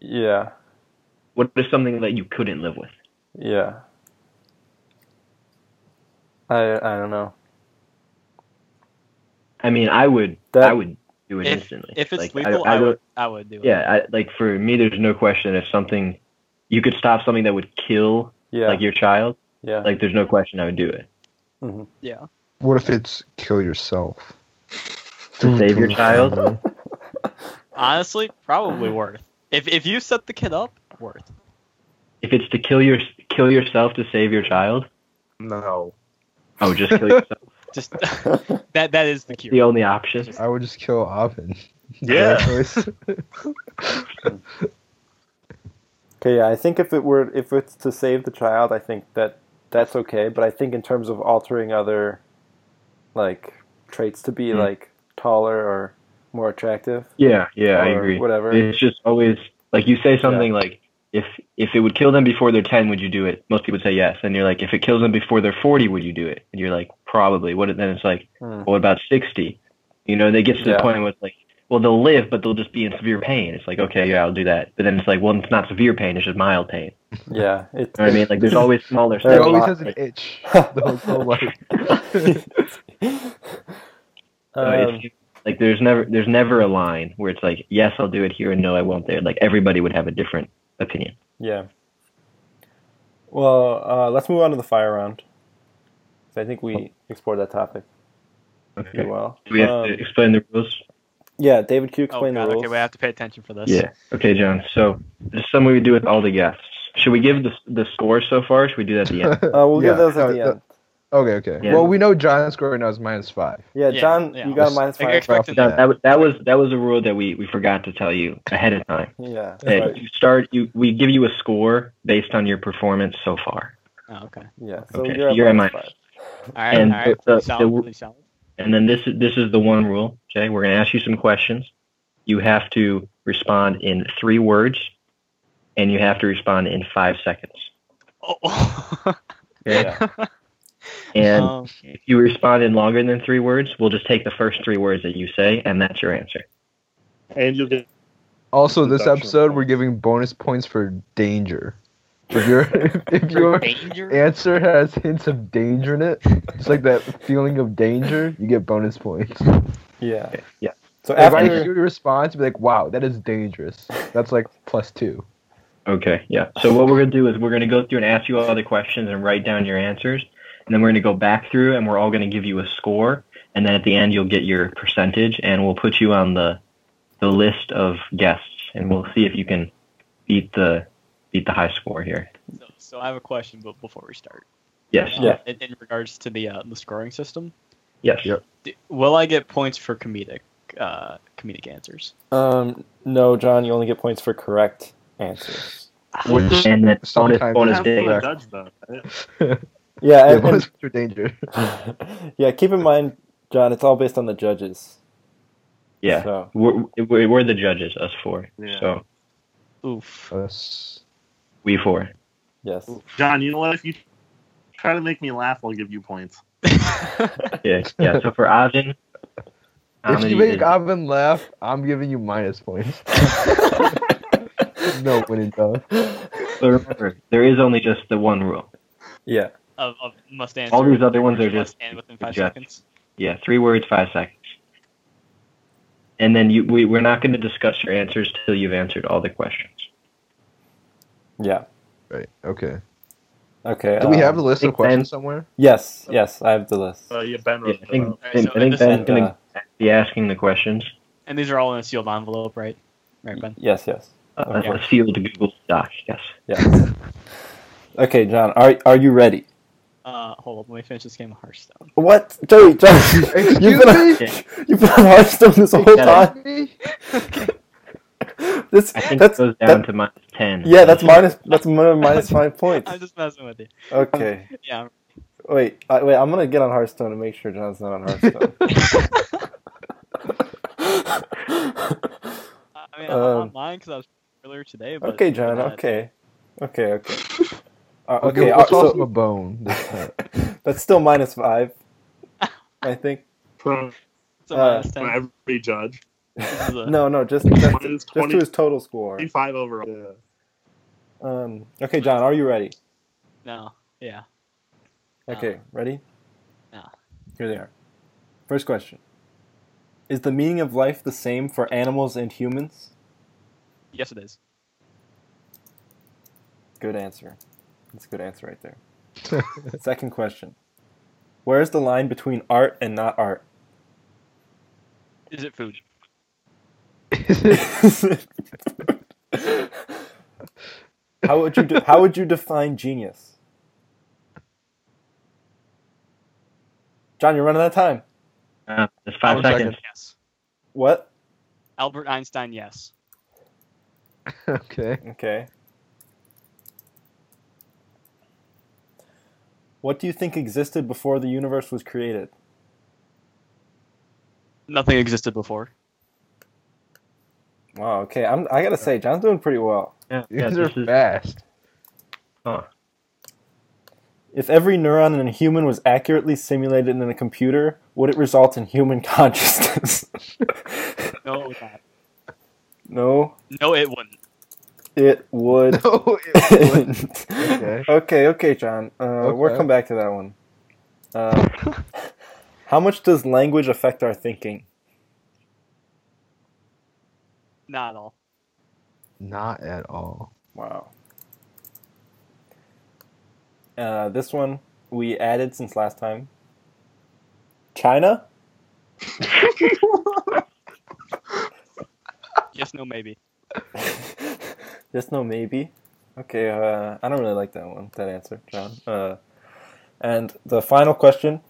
Speaker 1: yeah,
Speaker 3: What is something that you couldn't live with?
Speaker 1: yeah. I I don't know.
Speaker 3: I mean, I would
Speaker 1: That-
Speaker 3: I would do it
Speaker 4: If-
Speaker 3: instantly.
Speaker 4: if it's
Speaker 3: Like, I-
Speaker 4: lethal I,
Speaker 3: I don't-
Speaker 4: would i would do it
Speaker 3: yeah, I, like for me, there's no question if something you could stop something that would kill
Speaker 1: Yeah.
Speaker 3: like your child.
Speaker 1: yeah.
Speaker 3: Like there's no question I would do it
Speaker 4: yeah
Speaker 2: What if it's kill yourself?
Speaker 3: to
Speaker 1: Hmm.
Speaker 3: save your child.
Speaker 4: honestly probably worth if, if you set the kid up worth
Speaker 3: if it's to kill your kill yourself to save your child.
Speaker 5: No.
Speaker 3: Oh, just kill yourself.
Speaker 4: just that that is the cure
Speaker 3: the only option.
Speaker 2: I would just kill Oven.
Speaker 5: Yeah.
Speaker 1: Okay, yeah, I think if it were if it's to save the child, I think that that's okay. But I think in terms of altering other, like traits to be
Speaker 3: Hmm.
Speaker 1: like taller or more attractive,
Speaker 3: Yeah, yeah, I
Speaker 1: or
Speaker 3: agree.
Speaker 1: Whatever.
Speaker 3: It's just always like you say something like if if it would kill them before they're ten, would you do it? Most people say yes, and you're like, if it kills them before they're forty, would you do it? And you're like, probably. What then? It's like,
Speaker 1: Hmm.
Speaker 3: what about sixty? You know, they get to
Speaker 1: Yeah.
Speaker 3: the point where it's like, well, they'll live, but they'll just be in severe pain. It's like, okay, yeah, I'll do that. But then it's like, well, it's not severe pain; it's just mild pain.
Speaker 1: Yeah. It,
Speaker 3: You know what I mean? Like, there's always smaller
Speaker 1: There
Speaker 2: He
Speaker 1: are
Speaker 3: steps.
Speaker 2: always
Speaker 1: lot-
Speaker 2: has an itch the whole- whole life.
Speaker 3: So
Speaker 1: um,
Speaker 3: it's, like there's never there's never a line where it's like yes I'll do it here and no I won't there. Like everybody would have a different opinion.
Speaker 1: yeah. Well, uh, let's move on to the fire round. 'Cause I think we explored that topic pretty well.
Speaker 3: Do we have
Speaker 1: Um,
Speaker 3: to explain the rules?
Speaker 1: yeah, David, can you
Speaker 4: oh
Speaker 1: explain
Speaker 4: god
Speaker 1: the rules?
Speaker 4: okay we have to pay attention for this
Speaker 3: Yeah. Okay, John. So there's some way we do with all the guests. Should we give the the score so far? or Should we do that at the end?
Speaker 1: Uh, we'll
Speaker 2: Yeah,
Speaker 1: give those at
Speaker 2: uh,
Speaker 1: the
Speaker 2: uh,
Speaker 1: end.
Speaker 2: Okay, okay.
Speaker 3: Yeah.
Speaker 2: Well, we know John's score right now is minus five.
Speaker 1: Yeah,
Speaker 4: Yeah,
Speaker 1: John,
Speaker 4: yeah.
Speaker 1: you got a minus
Speaker 4: Like,
Speaker 1: five.
Speaker 4: expecting
Speaker 2: Yeah.
Speaker 4: that.
Speaker 3: That, that was that was that was a rule that we we forgot to tell you ahead of time.
Speaker 1: Yeah.
Speaker 3: That
Speaker 1: right.
Speaker 3: you start you we give you a score based on your performance so far,
Speaker 4: Oh, okay
Speaker 1: Yeah. So
Speaker 3: Okay,
Speaker 1: you're at
Speaker 3: you're at
Speaker 1: minus
Speaker 3: minus.
Speaker 1: five.
Speaker 4: all right
Speaker 3: And
Speaker 4: all right
Speaker 3: the-
Speaker 4: pretty
Speaker 3: the-
Speaker 4: solid,
Speaker 3: the-
Speaker 4: pretty solid.
Speaker 3: and then this is this is the one rule. Okay, we're gonna ask you some questions. You have to respond in three words, and you have to respond in five seconds.
Speaker 4: Oh.
Speaker 3: Okay.
Speaker 1: Yeah.
Speaker 3: And
Speaker 4: Um,
Speaker 3: If you respond in longer than three words, we'll just take the first three words that you say, and that's your answer.
Speaker 5: And you'll get
Speaker 2: Also, this
Speaker 5: Deduction
Speaker 2: episode
Speaker 5: points.
Speaker 2: we're giving bonus points for danger. If your if your answer has hints of danger in it, it's like that feeling of danger. You get bonus points.
Speaker 1: Yeah.
Speaker 3: yeah.
Speaker 1: So
Speaker 2: If I
Speaker 1: after
Speaker 2: hear your response, be like, "Wow, that is dangerous." That's like plus two.
Speaker 3: Okay, yeah. So what we're gonna do is we're gonna go through and ask you all the questions and write down your answers, and then we're gonna go back through and we're all gonna give you a score, and then at the end you'll get your percentage, and we'll put you on the the list of guests, and we'll see if you can beat the beat the high score here.
Speaker 4: So, so I have a question, but before we start,
Speaker 3: Yes.
Speaker 4: uh,
Speaker 1: Yeah.
Speaker 4: in, in regards to the uh, the scoring system,
Speaker 3: Yes.
Speaker 2: Yep.
Speaker 4: d- will I get points for comedic uh, comedic answers?
Speaker 1: um, no, John, you only get points for correct answers.
Speaker 2: Which
Speaker 3: And then bonus
Speaker 2: Sometimes
Speaker 3: bonus
Speaker 2: it's
Speaker 3: day.
Speaker 2: correct.
Speaker 5: judge though. right?
Speaker 1: Yeah,
Speaker 2: yeah,
Speaker 1: and-
Speaker 2: bonus for danger.
Speaker 1: and- yeah. Keep in mind, John, it's all based on the judges.
Speaker 3: Yeah.
Speaker 1: So
Speaker 3: We're, we're we're the judges, us four.
Speaker 5: Yeah.
Speaker 3: So
Speaker 4: Oof.
Speaker 2: Us.
Speaker 3: we four.
Speaker 1: yes.
Speaker 5: John, you know what? If you try to make me laugh, I'll give you points.
Speaker 3: Yeah. Yeah. So for Avin,
Speaker 2: If
Speaker 3: comedy
Speaker 2: you make
Speaker 3: is-
Speaker 2: Avin laugh, I'm giving you minus points. no winning stuff.
Speaker 3: but remember, there is only just the one rule.
Speaker 1: Yeah.
Speaker 4: Of, of must answer.
Speaker 3: All these other ones are
Speaker 4: must
Speaker 3: just
Speaker 4: end within five
Speaker 3: suggestions.
Speaker 4: seconds.
Speaker 3: Yeah, three words, five seconds. And then you, we, we're not going to discuss your answers till you've answered all the questions.
Speaker 1: Yeah.
Speaker 2: Right. Okay.
Speaker 1: Okay.
Speaker 2: Do we
Speaker 1: um,
Speaker 2: have the list of
Speaker 3: Big
Speaker 2: questions
Speaker 3: Ben.
Speaker 2: somewhere?
Speaker 1: Yes. Yes, I have the list.
Speaker 5: Uh, yeah, Ben
Speaker 3: Yeah, I
Speaker 5: wrote that
Speaker 3: think,
Speaker 5: up.
Speaker 3: I think, I think Ben's going to
Speaker 2: uh,
Speaker 3: be asking the questions.
Speaker 4: And these are all in a sealed envelope, right? Right, Ben.
Speaker 1: Yes. Yes.
Speaker 3: Uh,
Speaker 1: Okay.
Speaker 3: A sealed Google Doc, yes.
Speaker 1: Yes. okay, John. Are are you ready?
Speaker 4: Uh, hold up, let me finish this game of Hearthstone.
Speaker 1: What, Joey? John, you've
Speaker 2: Excuse
Speaker 1: been on,
Speaker 2: me?
Speaker 1: you've been on Hearthstone this whole
Speaker 3: Shut up.
Speaker 1: time. Uh, This
Speaker 3: I think
Speaker 1: that's
Speaker 3: it goes down
Speaker 1: that,
Speaker 3: to minus 10.
Speaker 1: yeah. That's minus that's mi- minus five points.
Speaker 4: I'm just messing with you.
Speaker 1: Okay.
Speaker 4: Yeah.
Speaker 1: Wait. I, wait. I'm gonna get on Hearthstone and make sure John's not on Hearthstone.
Speaker 4: I I mean, I'm
Speaker 1: Um,
Speaker 4: online because I was earlier today. But
Speaker 1: okay, John.
Speaker 4: uh,
Speaker 1: Okay. Okay. Okay. Uh,
Speaker 2: Okay,
Speaker 1: okay.
Speaker 2: we'll
Speaker 1: uh,
Speaker 2: toss
Speaker 1: so-
Speaker 2: him a bone. this time.
Speaker 1: That's still minus five, I think.
Speaker 5: From
Speaker 4: So
Speaker 1: Uh,
Speaker 4: minus 10.
Speaker 5: every judge.
Speaker 4: This is a-
Speaker 1: No, no, just just,
Speaker 5: Minus
Speaker 1: just to
Speaker 5: 20.
Speaker 1: his total score.
Speaker 5: 25 overall. Yeah.
Speaker 1: Um, okay, John, are you ready?
Speaker 4: No. Yeah.
Speaker 1: Okay, ready?
Speaker 4: No.
Speaker 1: Here they are. First question: Is the meaning of life the same for animals and humans?
Speaker 4: Yes, it is.
Speaker 1: Good answer. That's a good answer right there. Second question: Where is the line between art and not art?
Speaker 4: Is it food?
Speaker 1: how would you de- how would you define genius? John, you're running out of time.
Speaker 3: Uh, that's five
Speaker 2: One
Speaker 3: seconds.
Speaker 2: second.
Speaker 4: Yes.
Speaker 1: What?
Speaker 4: Albert Einstein. Yes.
Speaker 2: okay.
Speaker 1: Okay. What do you think existed before the universe was created?
Speaker 4: Nothing existed before.
Speaker 1: Wow. Okay. I'm. I gotta say, John's doing pretty well.
Speaker 3: Yeah,
Speaker 2: These
Speaker 3: yeah,
Speaker 2: are
Speaker 3: this is-
Speaker 2: fast.
Speaker 1: If every neuron in a human was accurately simulated in a computer, would it result in human consciousness?
Speaker 4: No, it would not.
Speaker 1: no,
Speaker 4: No, it wouldn't.
Speaker 1: it would.
Speaker 2: No,
Speaker 1: okay. okay, okay, John. Uh, We'll
Speaker 2: Okay.
Speaker 1: come back to that one. Uh, how much does language affect our thinking?
Speaker 4: Not at all.
Speaker 2: not at all.
Speaker 1: Wow. Uh, this one we added since last time. China?
Speaker 4: Yes, no, maybe.
Speaker 1: Yes, no, maybe. Okay, uh, I don't really like that one, that answer, John. Uh, and the final question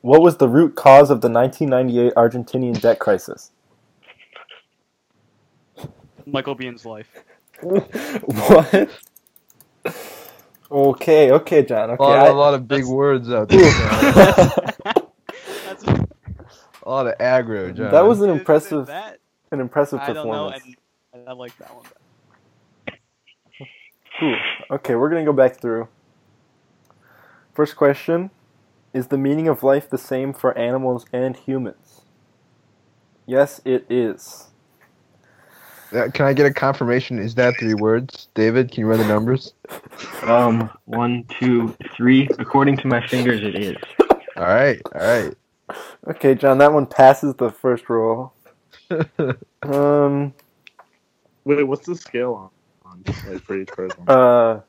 Speaker 1: What was the root cause of the 1998 Argentinian debt crisis?
Speaker 4: Michael Bean's life.
Speaker 1: what? Okay, okay, John.
Speaker 2: A
Speaker 1: Okay,
Speaker 2: lot,
Speaker 1: I-
Speaker 2: a lot of big
Speaker 4: that's-
Speaker 2: words out there. John.
Speaker 4: That's,
Speaker 2: a lot of aggro, John.
Speaker 1: that was an
Speaker 4: Is- is
Speaker 1: impressive,
Speaker 4: That,
Speaker 1: an impressive
Speaker 4: I don't know,
Speaker 1: performance.
Speaker 4: and and I like that one.
Speaker 1: Cool. Okay, we're gonna go back through. First question: Is the meaning of life the same for animals and humans? Yes, it is.
Speaker 2: Uh, Can I get a confirmation? Is that three words? David, can you run the numbers?
Speaker 3: Um, one, two, three. According to my fingers, it is.
Speaker 2: All right, all
Speaker 1: Okay, John, that one passes the first roll.
Speaker 2: right.
Speaker 1: Um,
Speaker 5: Wait, what's the scale on? on like, for each person?
Speaker 1: uh,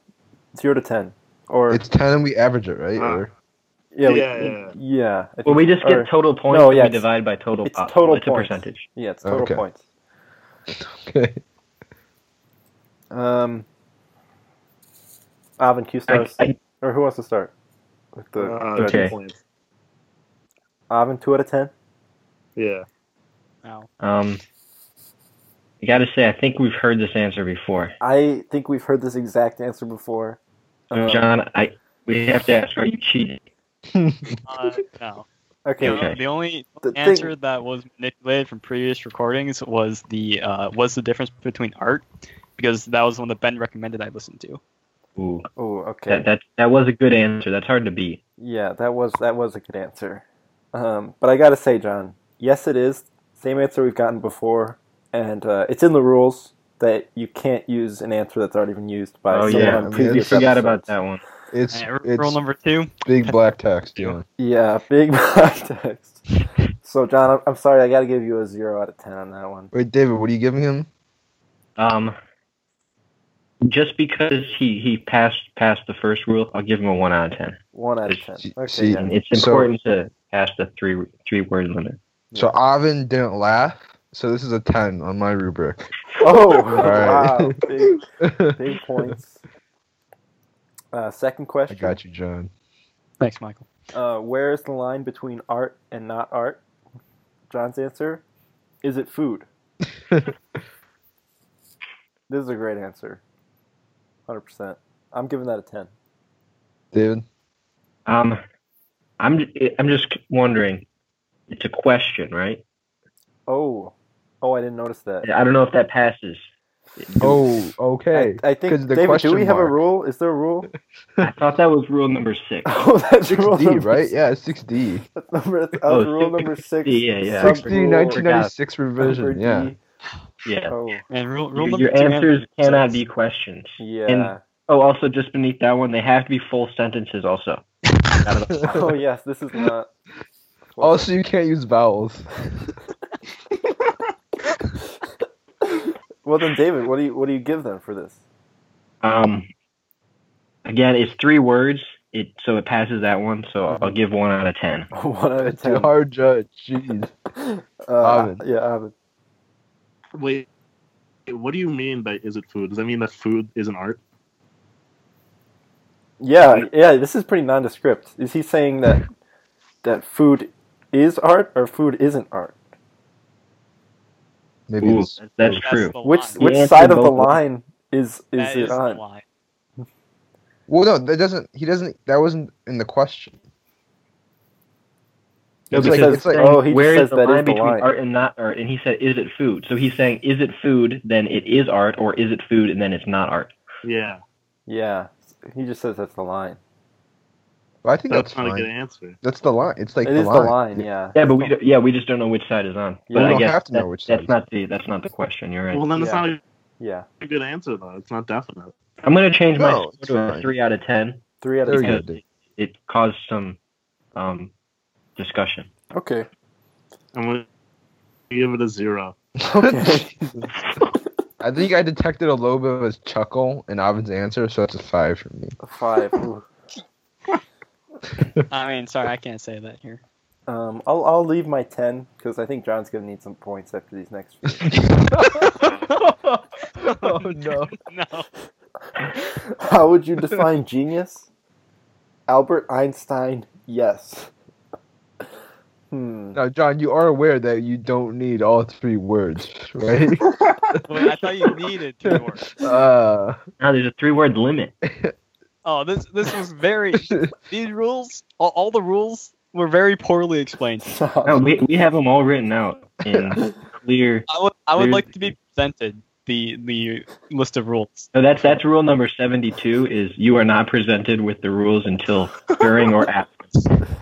Speaker 1: zero to ten, or
Speaker 2: it's ten and we average it,
Speaker 1: Uh.
Speaker 2: right? Or-
Speaker 1: yeah, we-
Speaker 5: Yeah, yeah, yeah.
Speaker 1: yeah. I
Speaker 3: Well,
Speaker 1: think-
Speaker 3: we just
Speaker 1: or-
Speaker 3: get total points.
Speaker 1: no,
Speaker 3: and
Speaker 1: yeah,
Speaker 3: we
Speaker 1: it's-
Speaker 3: divide by total.
Speaker 1: it's
Speaker 3: possible.
Speaker 1: total
Speaker 3: It's a
Speaker 1: points.
Speaker 3: percentage.
Speaker 1: yeah, it's total
Speaker 2: Okay.
Speaker 1: points.
Speaker 2: okay.
Speaker 1: Um, Avin, Q
Speaker 3: I,
Speaker 1: starts,
Speaker 3: I,
Speaker 1: or who wants to start? With the
Speaker 5: Uh,
Speaker 1: the-
Speaker 3: okay.
Speaker 5: points.
Speaker 1: Avin, two out of ten.
Speaker 5: Yeah.
Speaker 4: Oh.
Speaker 3: um, I gotta say, I think we've heard this answer before.
Speaker 1: I think we've heard this exact answer before. Um,
Speaker 3: Uh, John, I we have to ask, are you cheating?
Speaker 4: Uh, no.
Speaker 1: okay,
Speaker 4: The- The only
Speaker 1: the thing-
Speaker 4: answer that was manipulated from previous recordings was the uh, was the difference between art because that was the one that Ben recommended I listen to.
Speaker 3: Ooh,
Speaker 1: Oh, okay.
Speaker 3: that that that was a good answer. That's hard to beat.
Speaker 1: Yeah, that was that was a good answer. Um, but I gotta say, John, yes, it is same answer we've gotten before, and uh, it's in the rules that you can't use an answer that's already been used by
Speaker 3: oh
Speaker 1: someone on
Speaker 3: yeah,
Speaker 2: I mean,
Speaker 3: we
Speaker 1: previous
Speaker 3: forgot
Speaker 1: episodes.
Speaker 3: about that one.
Speaker 2: It's
Speaker 4: Uh, rule
Speaker 2: it's
Speaker 4: number two.
Speaker 2: big black text. Yeah.
Speaker 1: Yeah, big black text. so, John, I'm, I'm sorry, I gotta give you a zero out of ten on that one.
Speaker 2: Wait, David, what are you giving him?
Speaker 3: Um, just because he he passed passed the first rule, I'll give him a one out of ten.
Speaker 1: One out of ten.
Speaker 2: See-
Speaker 1: Okay,
Speaker 2: see,
Speaker 1: yeah.
Speaker 3: And it's
Speaker 2: So-
Speaker 3: important to pass the three three word limit.
Speaker 2: So Avin didn't laugh. So this is a ten on my rubric.
Speaker 1: Oh,
Speaker 2: right.
Speaker 1: wow, big,
Speaker 2: I
Speaker 1: big points. Uh, second question.
Speaker 2: got you, John.
Speaker 4: Thanks, Michael.
Speaker 1: Uh, where is the line between art and not art? John's answer is it food? this is a great answer. 100%. I'm giving that a 10.
Speaker 2: David.
Speaker 3: Um, I'm I'm just wondering. It's a question, right?
Speaker 1: Oh. Oh, I didn't notice that.
Speaker 3: I don't know if that passes.
Speaker 2: Oh, okay.
Speaker 1: I, I think,
Speaker 2: 'cause the
Speaker 1: David, do
Speaker 2: question
Speaker 1: we have a
Speaker 2: mark.
Speaker 1: rule? Is there a rule?
Speaker 3: I thought that was rule number six.
Speaker 1: Oh, that's rule
Speaker 2: Six D,
Speaker 1: number
Speaker 2: right? Yeah, it's six D.
Speaker 1: That's, number, that's
Speaker 3: Oh,
Speaker 1: rule
Speaker 3: six-
Speaker 1: number 6.
Speaker 3: yeah, yeah.
Speaker 1: sub
Speaker 2: Six
Speaker 3: Sixty,
Speaker 2: D,
Speaker 1: rule
Speaker 2: nineteen ninety six
Speaker 1: number
Speaker 2: revision.
Speaker 1: D.
Speaker 2: Yeah.
Speaker 3: Yeah.
Speaker 1: Oh,
Speaker 4: And rule, rule
Speaker 3: Your,
Speaker 4: number
Speaker 3: your
Speaker 4: two
Speaker 3: answers cannot
Speaker 4: sucks.
Speaker 3: be questions.
Speaker 1: yeah.
Speaker 3: Oh, also just beneath that one, they have to be full sentences. Also,
Speaker 1: oh, yes, this is not.
Speaker 2: Also, you can't use vowels.
Speaker 1: Well, then, David, what do you what do you give them for this?
Speaker 3: um, again, it's three words. It so it passes that one. So I'll give one out of ten.
Speaker 1: One out of
Speaker 2: That's a
Speaker 1: ten.
Speaker 2: hard judge. Jeez.
Speaker 1: Uh,
Speaker 2: Oven.
Speaker 1: Yeah, oven.
Speaker 5: Wait. What do you mean by is it food? Does that mean that food is an art?
Speaker 1: Yeah, yeah. This is pretty nondescript. Is he saying that that food is art or food isn't art?
Speaker 2: Maybe
Speaker 3: Ooh,
Speaker 2: it's
Speaker 3: that's
Speaker 4: That's
Speaker 3: true.
Speaker 4: the
Speaker 1: Which
Speaker 4: line.
Speaker 1: which
Speaker 3: answered
Speaker 1: side of the
Speaker 3: both of them.
Speaker 1: line is is
Speaker 4: That
Speaker 1: it
Speaker 4: is the
Speaker 1: on?
Speaker 4: line.
Speaker 2: Well, no, that doesn't. He doesn't. That wasn't in the question.
Speaker 3: No,
Speaker 2: It's like-
Speaker 3: because
Speaker 2: it's like-
Speaker 3: saying,
Speaker 1: oh, he just
Speaker 3: where is
Speaker 1: says
Speaker 3: the
Speaker 1: that is
Speaker 3: line
Speaker 1: the
Speaker 3: between
Speaker 1: line.
Speaker 3: art and not art? And he said, is it food? So he's saying, is it food? Then it is art, or is it food? And then it's not art.
Speaker 5: Yeah.
Speaker 1: Yeah, he just says that's the line.
Speaker 2: Well, I think
Speaker 5: That's,
Speaker 2: that's,
Speaker 5: not a good
Speaker 2: fine.
Speaker 5: answer.
Speaker 2: That's the line. It's like
Speaker 1: it
Speaker 2: the,
Speaker 1: is
Speaker 2: line.
Speaker 1: the line. Yeah.
Speaker 3: Yeah, but we don't, yeah we just don't know which side is on.
Speaker 1: We
Speaker 3: But I
Speaker 2: don't
Speaker 3: guess
Speaker 2: have to know
Speaker 3: that-
Speaker 2: which
Speaker 3: that's
Speaker 2: side.
Speaker 3: not the that's not the question. You're right.
Speaker 5: Well, then that's
Speaker 1: Yeah.
Speaker 5: not a
Speaker 1: Yeah.
Speaker 5: a good answer though. It's not definite.
Speaker 3: I'm gonna change my
Speaker 2: No,
Speaker 3: score
Speaker 2: it's
Speaker 3: to a
Speaker 2: fine.
Speaker 3: three out of ten.
Speaker 1: Three out
Speaker 2: There
Speaker 1: of
Speaker 2: we go,
Speaker 1: ten.
Speaker 3: because
Speaker 2: dude.
Speaker 3: It caused some um, discussion.
Speaker 1: Okay.
Speaker 5: I'm gonna give it a zero.
Speaker 1: Okay.
Speaker 2: I think I detected a little bit of his chuckle in Avin's answer, so that's a five for me.
Speaker 1: A Five. Ooh.
Speaker 4: I mean, sorry, I can't say that here.
Speaker 1: Um, I'll I'll leave my ten because I think John's gonna need some points after these next. Few.
Speaker 2: oh no!
Speaker 4: No.
Speaker 1: How would you define genius? Albert Einstein, yes. Hmm.
Speaker 2: Now, John, you are aware that you don't need all three words, right?
Speaker 4: Wait, I thought you needed three words.
Speaker 2: uh,
Speaker 3: Now there's a three word limit.
Speaker 4: Oh, this this was very. These rules, all, all the rules, were very poorly explained.
Speaker 3: No, we we have them all written out in clear.
Speaker 4: I would I would
Speaker 3: There's-
Speaker 4: like to be presented the the list of rules.
Speaker 3: So that's that's rule number seventy two is you are not presented with the rules until during or after.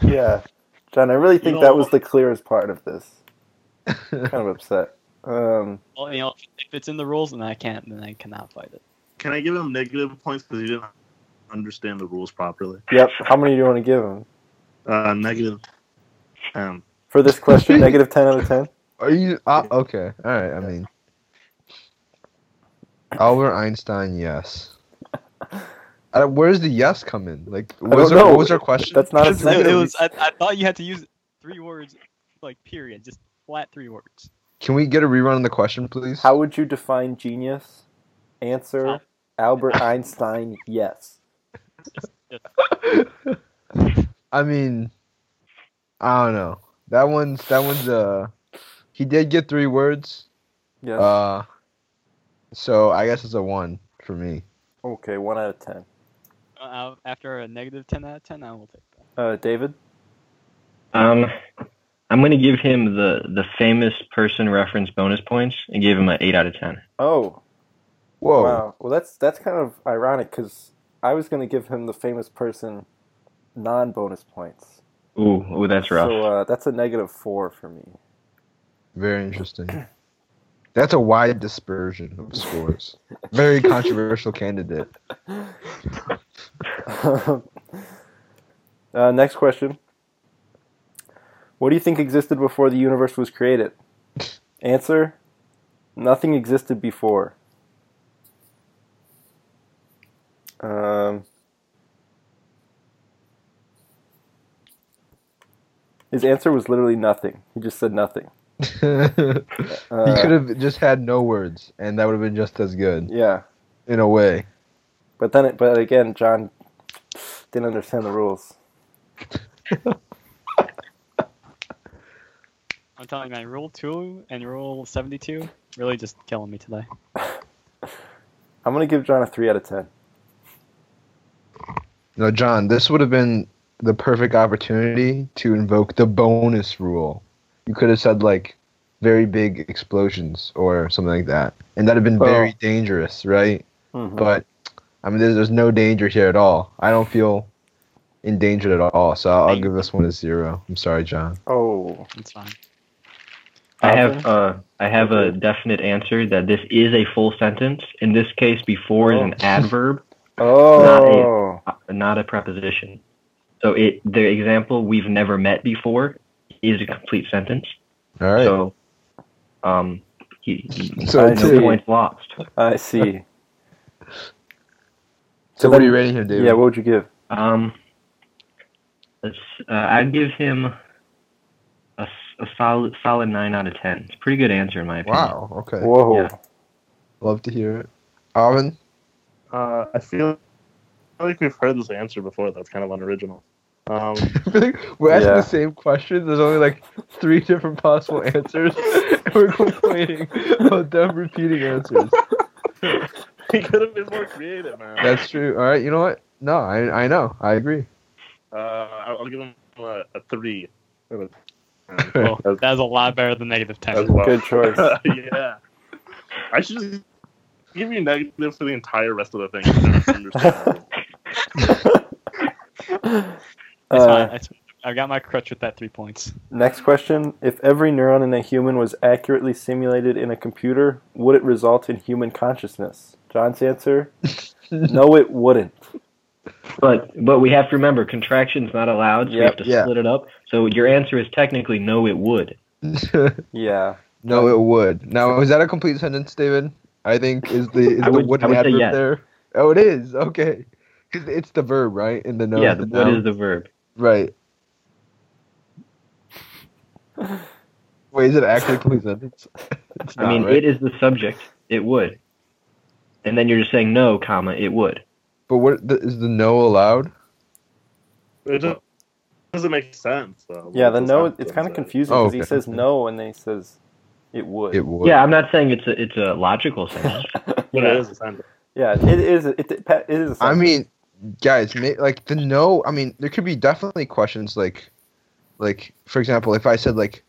Speaker 1: yeah. John, I really think
Speaker 5: You
Speaker 1: that
Speaker 5: know-
Speaker 1: was the clearest part of this. kind of upset. Um,
Speaker 4: Well, you know, if it's in the rules, then I can't. Then I cannot fight it.
Speaker 5: Can I give him negative points because he didn't understand the rules properly?
Speaker 1: yep. How many do you want to give him
Speaker 5: Uh, negative ten.
Speaker 1: for this question? negative ten out of ten.
Speaker 2: Are you uh, okay? All right. I mean, Albert Einstein, yes. Uh, where's the yes come in? Like, what was,
Speaker 1: don't
Speaker 2: our,
Speaker 1: know.
Speaker 2: what was our question?
Speaker 1: That's not a
Speaker 4: It- it
Speaker 1: negative.
Speaker 4: was- I, I thought you had to use three words, like period, just flat three words.
Speaker 2: Can we get a rerun of the question, please?
Speaker 1: How would you define genius? Answer: Albert Einstein. Yes.
Speaker 2: I mean, I don't know. That one's that one's uh, he did get three words.
Speaker 1: Yes.
Speaker 2: Uh, so I guess it's a one for me.
Speaker 1: okay. One out of ten.
Speaker 4: Uh, after a negative ten out of ten, I will take that.
Speaker 1: Uh, David.
Speaker 3: Um, I'm gonna give him the the famous person reference bonus points and give him an eight out of ten.
Speaker 1: Oh,
Speaker 3: Oh.
Speaker 2: Whoa.
Speaker 1: Wow. Well, that's that's kind of ironic because I was going to give him the famous person non-bonus points.
Speaker 3: Ooh, ooh, that's rough.
Speaker 1: So uh, that's a negative four for me.
Speaker 2: Very interesting. That's a wide dispersion of scores. Very controversial candidate.
Speaker 1: uh, next question. What do you think existed before the universe was created? Answer: Nothing existed before. Um, his answer was literally nothing. He just said nothing.
Speaker 2: he
Speaker 1: Uh,
Speaker 2: could have just had no words, and that would have been just as good
Speaker 1: Yeah,
Speaker 2: in a way.
Speaker 1: but then, it, but again, John didn't understand the rules.
Speaker 4: I'm telling you, man, rule two and rule seventy-two really just killing me today.
Speaker 1: I'm gonna give John a three out of ten.
Speaker 2: No, John, this would have been the perfect opportunity to invoke the bonus rule. You could have said like very big explosions or something like that, and that'd have been very
Speaker 1: Oh.
Speaker 2: dangerous, right? But I mean, there's, there's no danger here at all. I don't feel endangered at all, so I'll, I'll give this one a zero. I'm sorry, John.
Speaker 1: Oh,
Speaker 4: It's fine.
Speaker 3: I have uh, I have a definite answer that this is a full sentence. In this case, before is an adverb,
Speaker 1: oh,
Speaker 3: uh, not a preposition. So it the example we've never met before is a complete sentence.
Speaker 2: All right.
Speaker 3: So, um, he, he-
Speaker 2: So
Speaker 1: I
Speaker 3: no
Speaker 1: see.
Speaker 3: points lost.
Speaker 1: I see.
Speaker 2: So what are you rating him, David?
Speaker 1: yeah, what would you give?
Speaker 3: Um, let's, uh, I'd give him a, s- a solid solid nine out of ten. It's a pretty good answer in my opinion.
Speaker 2: wow. Okay.
Speaker 1: Whoa,
Speaker 3: Yeah.
Speaker 2: Love to hear it. Arvin,
Speaker 5: Uh, I feel I feel like we've heard this answer before. That's kind of unoriginal. Um,
Speaker 2: we're asking
Speaker 1: Yeah.
Speaker 2: the same question. There's only like three different possible answers. and we're complaining about them repeating answers.
Speaker 5: he could have been more creative, man.
Speaker 2: That's true. All right. You know what? No, I I know. I agree.
Speaker 5: Uh, I'll I'll give him a, a three. Out of 10.
Speaker 4: Well,
Speaker 5: That's-
Speaker 4: that's a lot better than negative
Speaker 5: as
Speaker 4: ten.
Speaker 5: well.
Speaker 1: Good choice.
Speaker 5: yeah. I should just give you negative for the entire rest of the thing. You don't understand.
Speaker 4: It's
Speaker 1: Uh,
Speaker 4: fine. It's, I've got my crutch with that three points.
Speaker 1: next question: If every neuron in a human was accurately simulated in a computer, would it result in human consciousness? John's answer: No, it wouldn't.
Speaker 3: But but we have to remember contractions not allowed. So we
Speaker 1: Yep,
Speaker 3: have to
Speaker 2: yeah.
Speaker 3: split it up. So your answer is technically no, it would.
Speaker 1: Yeah,
Speaker 2: no, it would. Now, is that a complete sentence, David? I think is the is
Speaker 3: I would-
Speaker 2: the wooden
Speaker 3: I would say
Speaker 2: adverb
Speaker 3: yes.
Speaker 2: there. Oh, it is. Okay. 'Cause It's the verb, right? In the no.
Speaker 3: yeah,
Speaker 2: the
Speaker 3: what
Speaker 2: noun.
Speaker 3: is the verb?
Speaker 2: Right. Wait, is it actually a complete sentence? It's
Speaker 3: I mean,
Speaker 2: right?
Speaker 3: it is the subject. It would. And then you're just saying no, comma, it would.
Speaker 2: But what the, is the no allowed?
Speaker 5: it just doesn't make sense. Though.
Speaker 1: yeah. The
Speaker 5: It's
Speaker 1: no,
Speaker 5: not
Speaker 1: it's kind of
Speaker 5: sense.
Speaker 1: confusing
Speaker 2: Oh,
Speaker 1: because he
Speaker 2: okay.
Speaker 1: says no and then he says it would.
Speaker 2: It would.
Speaker 3: Yeah, I'm not saying it's a it's a logical sentence.
Speaker 5: But
Speaker 1: Yeah.
Speaker 5: it is a sentence.
Speaker 1: Yeah, it is. It, it is. A
Speaker 2: I
Speaker 1: sentence.
Speaker 2: mean, guys, ma- like the no. I mean, there could be definitely questions like, like for example, if I said like,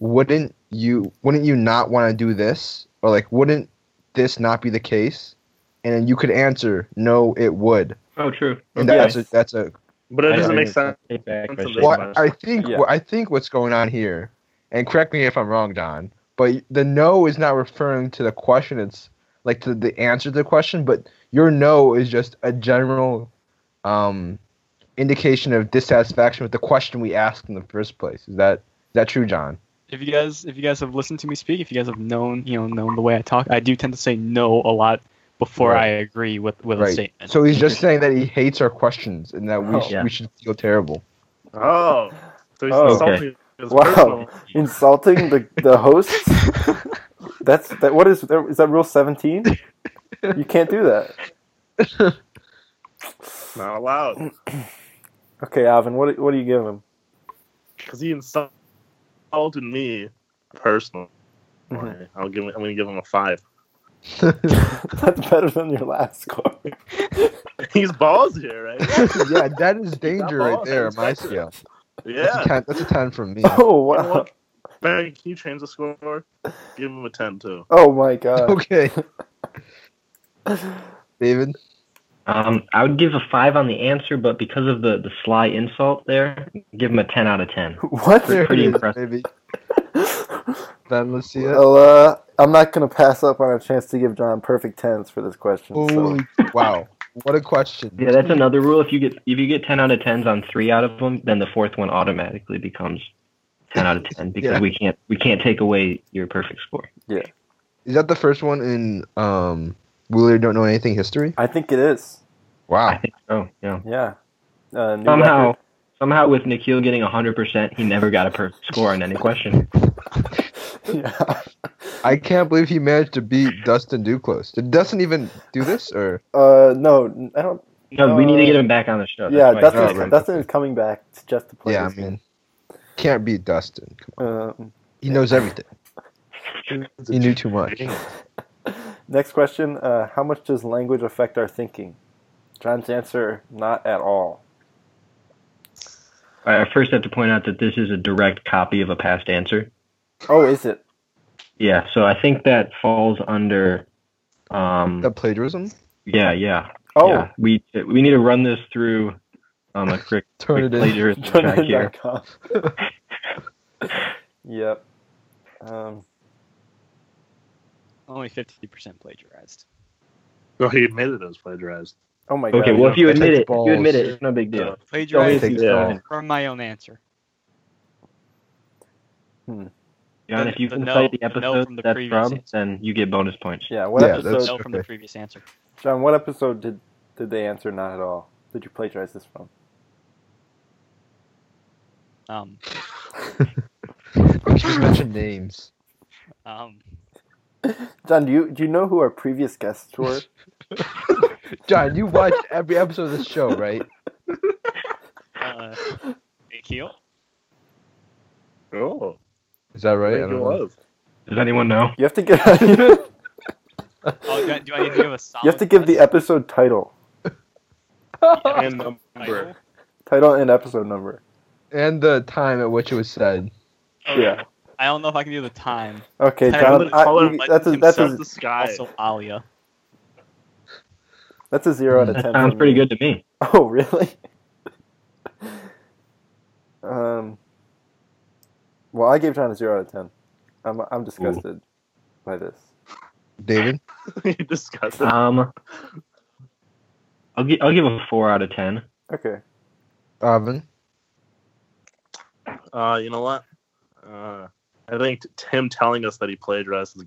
Speaker 2: wouldn't you wouldn't you not want to do this or like wouldn't this not be the case? And then you could answer no, it would.
Speaker 3: oh, true.
Speaker 2: And
Speaker 1: Okay.
Speaker 2: that's a, that's a
Speaker 5: But it
Speaker 3: I
Speaker 5: doesn't
Speaker 3: don't
Speaker 5: make
Speaker 3: even
Speaker 5: sense.
Speaker 3: take back my
Speaker 5: Well,
Speaker 3: statement.
Speaker 2: Well, I think
Speaker 1: Yeah.
Speaker 2: well, I think what's going on here, and correct me if I'm wrong, Don, but the no is not referring to the question. It's like to the answer to the question, but your no is just a general um, indication of dissatisfaction with the question we asked in the first place. Is that is that true, John?
Speaker 4: If you guys if you guys have listened to me speak, if you guys have known you know known the way I talk, I do tend to say no a lot before
Speaker 2: Right.
Speaker 4: I agree with with a
Speaker 2: Right.
Speaker 4: statement.
Speaker 2: So he's just saying that he hates our questions and that we
Speaker 1: Oh.
Speaker 2: sh-
Speaker 3: Yeah.
Speaker 2: we should feel terrible.
Speaker 5: Oh, so he's
Speaker 1: Oh,
Speaker 5: insulting his
Speaker 1: Wow.
Speaker 5: personal-
Speaker 1: Insulting the the hosts. That's that. What is is that? Rule seventeen. You can't do that.
Speaker 5: Not allowed
Speaker 1: Okay, Alvin. What what do you give him?
Speaker 5: because he insulted me personally.
Speaker 1: Mhm.
Speaker 5: I'll give. him- I'm gonna give him a five.
Speaker 1: That's better than your last score.
Speaker 5: He's balls here, right?
Speaker 2: yeah, that is danger right
Speaker 5: all.
Speaker 2: there. on
Speaker 5: That's
Speaker 2: My scale.
Speaker 5: good.
Speaker 2: That's,
Speaker 5: yeah.
Speaker 2: a 10, that's a ten from me.
Speaker 1: Oh
Speaker 5: You know
Speaker 1: wow.
Speaker 5: what? Barry, can you change the score? Give him a ten too.
Speaker 1: Oh my god.
Speaker 2: okay. David.
Speaker 3: Um, I would give a five on the answer, but because of the, the sly insult there, give him a ten out of ten.
Speaker 1: What?
Speaker 3: There Pretty
Speaker 2: it is,
Speaker 3: impressive.
Speaker 2: baby. Then let's see it.
Speaker 1: Well, uh, I'm not gonna pass up on a chance to give John perfect tens for this question. So.
Speaker 2: Holy wow. What a question.
Speaker 3: Yeah, that's another rule. If you get if you get ten out of tens on three out of them, then the fourth one automatically becomes ten out of ten because
Speaker 2: Yeah.
Speaker 3: we can't we can't take away your perfect score.
Speaker 2: Is that the first one in um Wheeler Don't Know Anything History?
Speaker 1: I think it is.
Speaker 3: I
Speaker 2: Wow.
Speaker 3: think so. Yeah.
Speaker 1: Yeah. Uh, new
Speaker 3: Somehow,
Speaker 1: record.
Speaker 3: somehow with Nikhil getting hundred percent, he never got a perfect score on any question.
Speaker 1: Yeah.
Speaker 2: I can't believe he managed to beat Dustin Duclos. Did Dustin even do this or
Speaker 1: Uh, no, I don't.
Speaker 3: No, we need to
Speaker 1: Uh,
Speaker 3: get him back on the show.
Speaker 1: yeah,
Speaker 3: why-
Speaker 1: Dustin's,
Speaker 2: right.
Speaker 1: Dustin is coming back to just to play.
Speaker 2: Yeah, I
Speaker 1: this
Speaker 2: mean can't beat Dustin. Come
Speaker 1: game. Um,
Speaker 2: on. He knows everything. He knew too much.
Speaker 1: next question: uh, How much does language affect our thinking? John's answer: Not at all.
Speaker 3: I I first have to point out that this is a direct copy of a past answer.
Speaker 1: Oh, is it?
Speaker 3: Yeah, so I think that falls under. Um,
Speaker 2: The plagiarism?
Speaker 3: yeah, yeah.
Speaker 1: Oh,
Speaker 3: yeah. we we need to run this through um, a quick,
Speaker 2: Turn
Speaker 3: quick
Speaker 2: it in.
Speaker 3: plagiarism check here.
Speaker 1: Turnitin.com. yep. Um,
Speaker 4: Only fifty percent plagiarized.
Speaker 5: Well, Oh, he admitted it was plagiarized.
Speaker 1: oh my
Speaker 3: Okay,
Speaker 1: god.
Speaker 3: well if you
Speaker 2: That
Speaker 3: admit
Speaker 2: takes
Speaker 3: it, if
Speaker 2: balls.
Speaker 3: you admit it, it's no big deal.
Speaker 4: Plagiarized
Speaker 2: Takes
Speaker 5: Yeah.
Speaker 2: balls.
Speaker 4: from my own answer.
Speaker 3: John,
Speaker 4: The-
Speaker 3: if you
Speaker 4: the
Speaker 3: can
Speaker 4: no-
Speaker 3: cite the
Speaker 4: the no
Speaker 3: episode
Speaker 4: from the
Speaker 3: that's
Speaker 4: previous
Speaker 3: from,
Speaker 4: answer.
Speaker 3: then you get bonus points.
Speaker 1: Yeah. What
Speaker 2: Yeah,
Speaker 1: episode?
Speaker 2: that's-
Speaker 4: no from the
Speaker 2: okay.
Speaker 4: previous answer.
Speaker 1: John, what episode did did they answer not at all? Did you plagiarize this from?
Speaker 4: Um,
Speaker 2: Just mention names.
Speaker 4: um,
Speaker 1: John, do you do you know who our previous guests were?
Speaker 2: John, you watched every episode of this show, right?
Speaker 4: uh, Nikhil?
Speaker 5: Oh,
Speaker 2: Is that right? I
Speaker 5: thank
Speaker 2: don't
Speaker 5: you,
Speaker 2: know.
Speaker 5: love.
Speaker 3: Does anyone know?
Speaker 1: You have to give you
Speaker 4: Oh, do I, do I need to give a solid?
Speaker 1: have to give the episode title,
Speaker 5: And number.
Speaker 4: title?
Speaker 1: title and episode number.
Speaker 2: And the time at which it was said.
Speaker 4: Oh,
Speaker 1: Yeah.
Speaker 4: I don't know if I can do the time.
Speaker 1: Okay,
Speaker 4: Hey,
Speaker 1: John. I,
Speaker 5: Colin
Speaker 1: you-
Speaker 4: Button
Speaker 1: that's a that's a
Speaker 4: himself.
Speaker 5: the sky.
Speaker 4: Also, Alia.
Speaker 1: that's a zero out of
Speaker 3: That
Speaker 1: ten.
Speaker 3: sounds
Speaker 1: for
Speaker 3: pretty
Speaker 1: me.
Speaker 3: good to me.
Speaker 1: Oh really? um. Well, I gave John a zero out of ten. I'm I'm disgusted by this.
Speaker 2: David?
Speaker 5: he discussed it.
Speaker 3: Um, I'll give I'll give a four out of ten.
Speaker 1: Okay.
Speaker 2: Avin?
Speaker 5: Uh, you know what? Uh, I think t- him telling us that he plagiarized is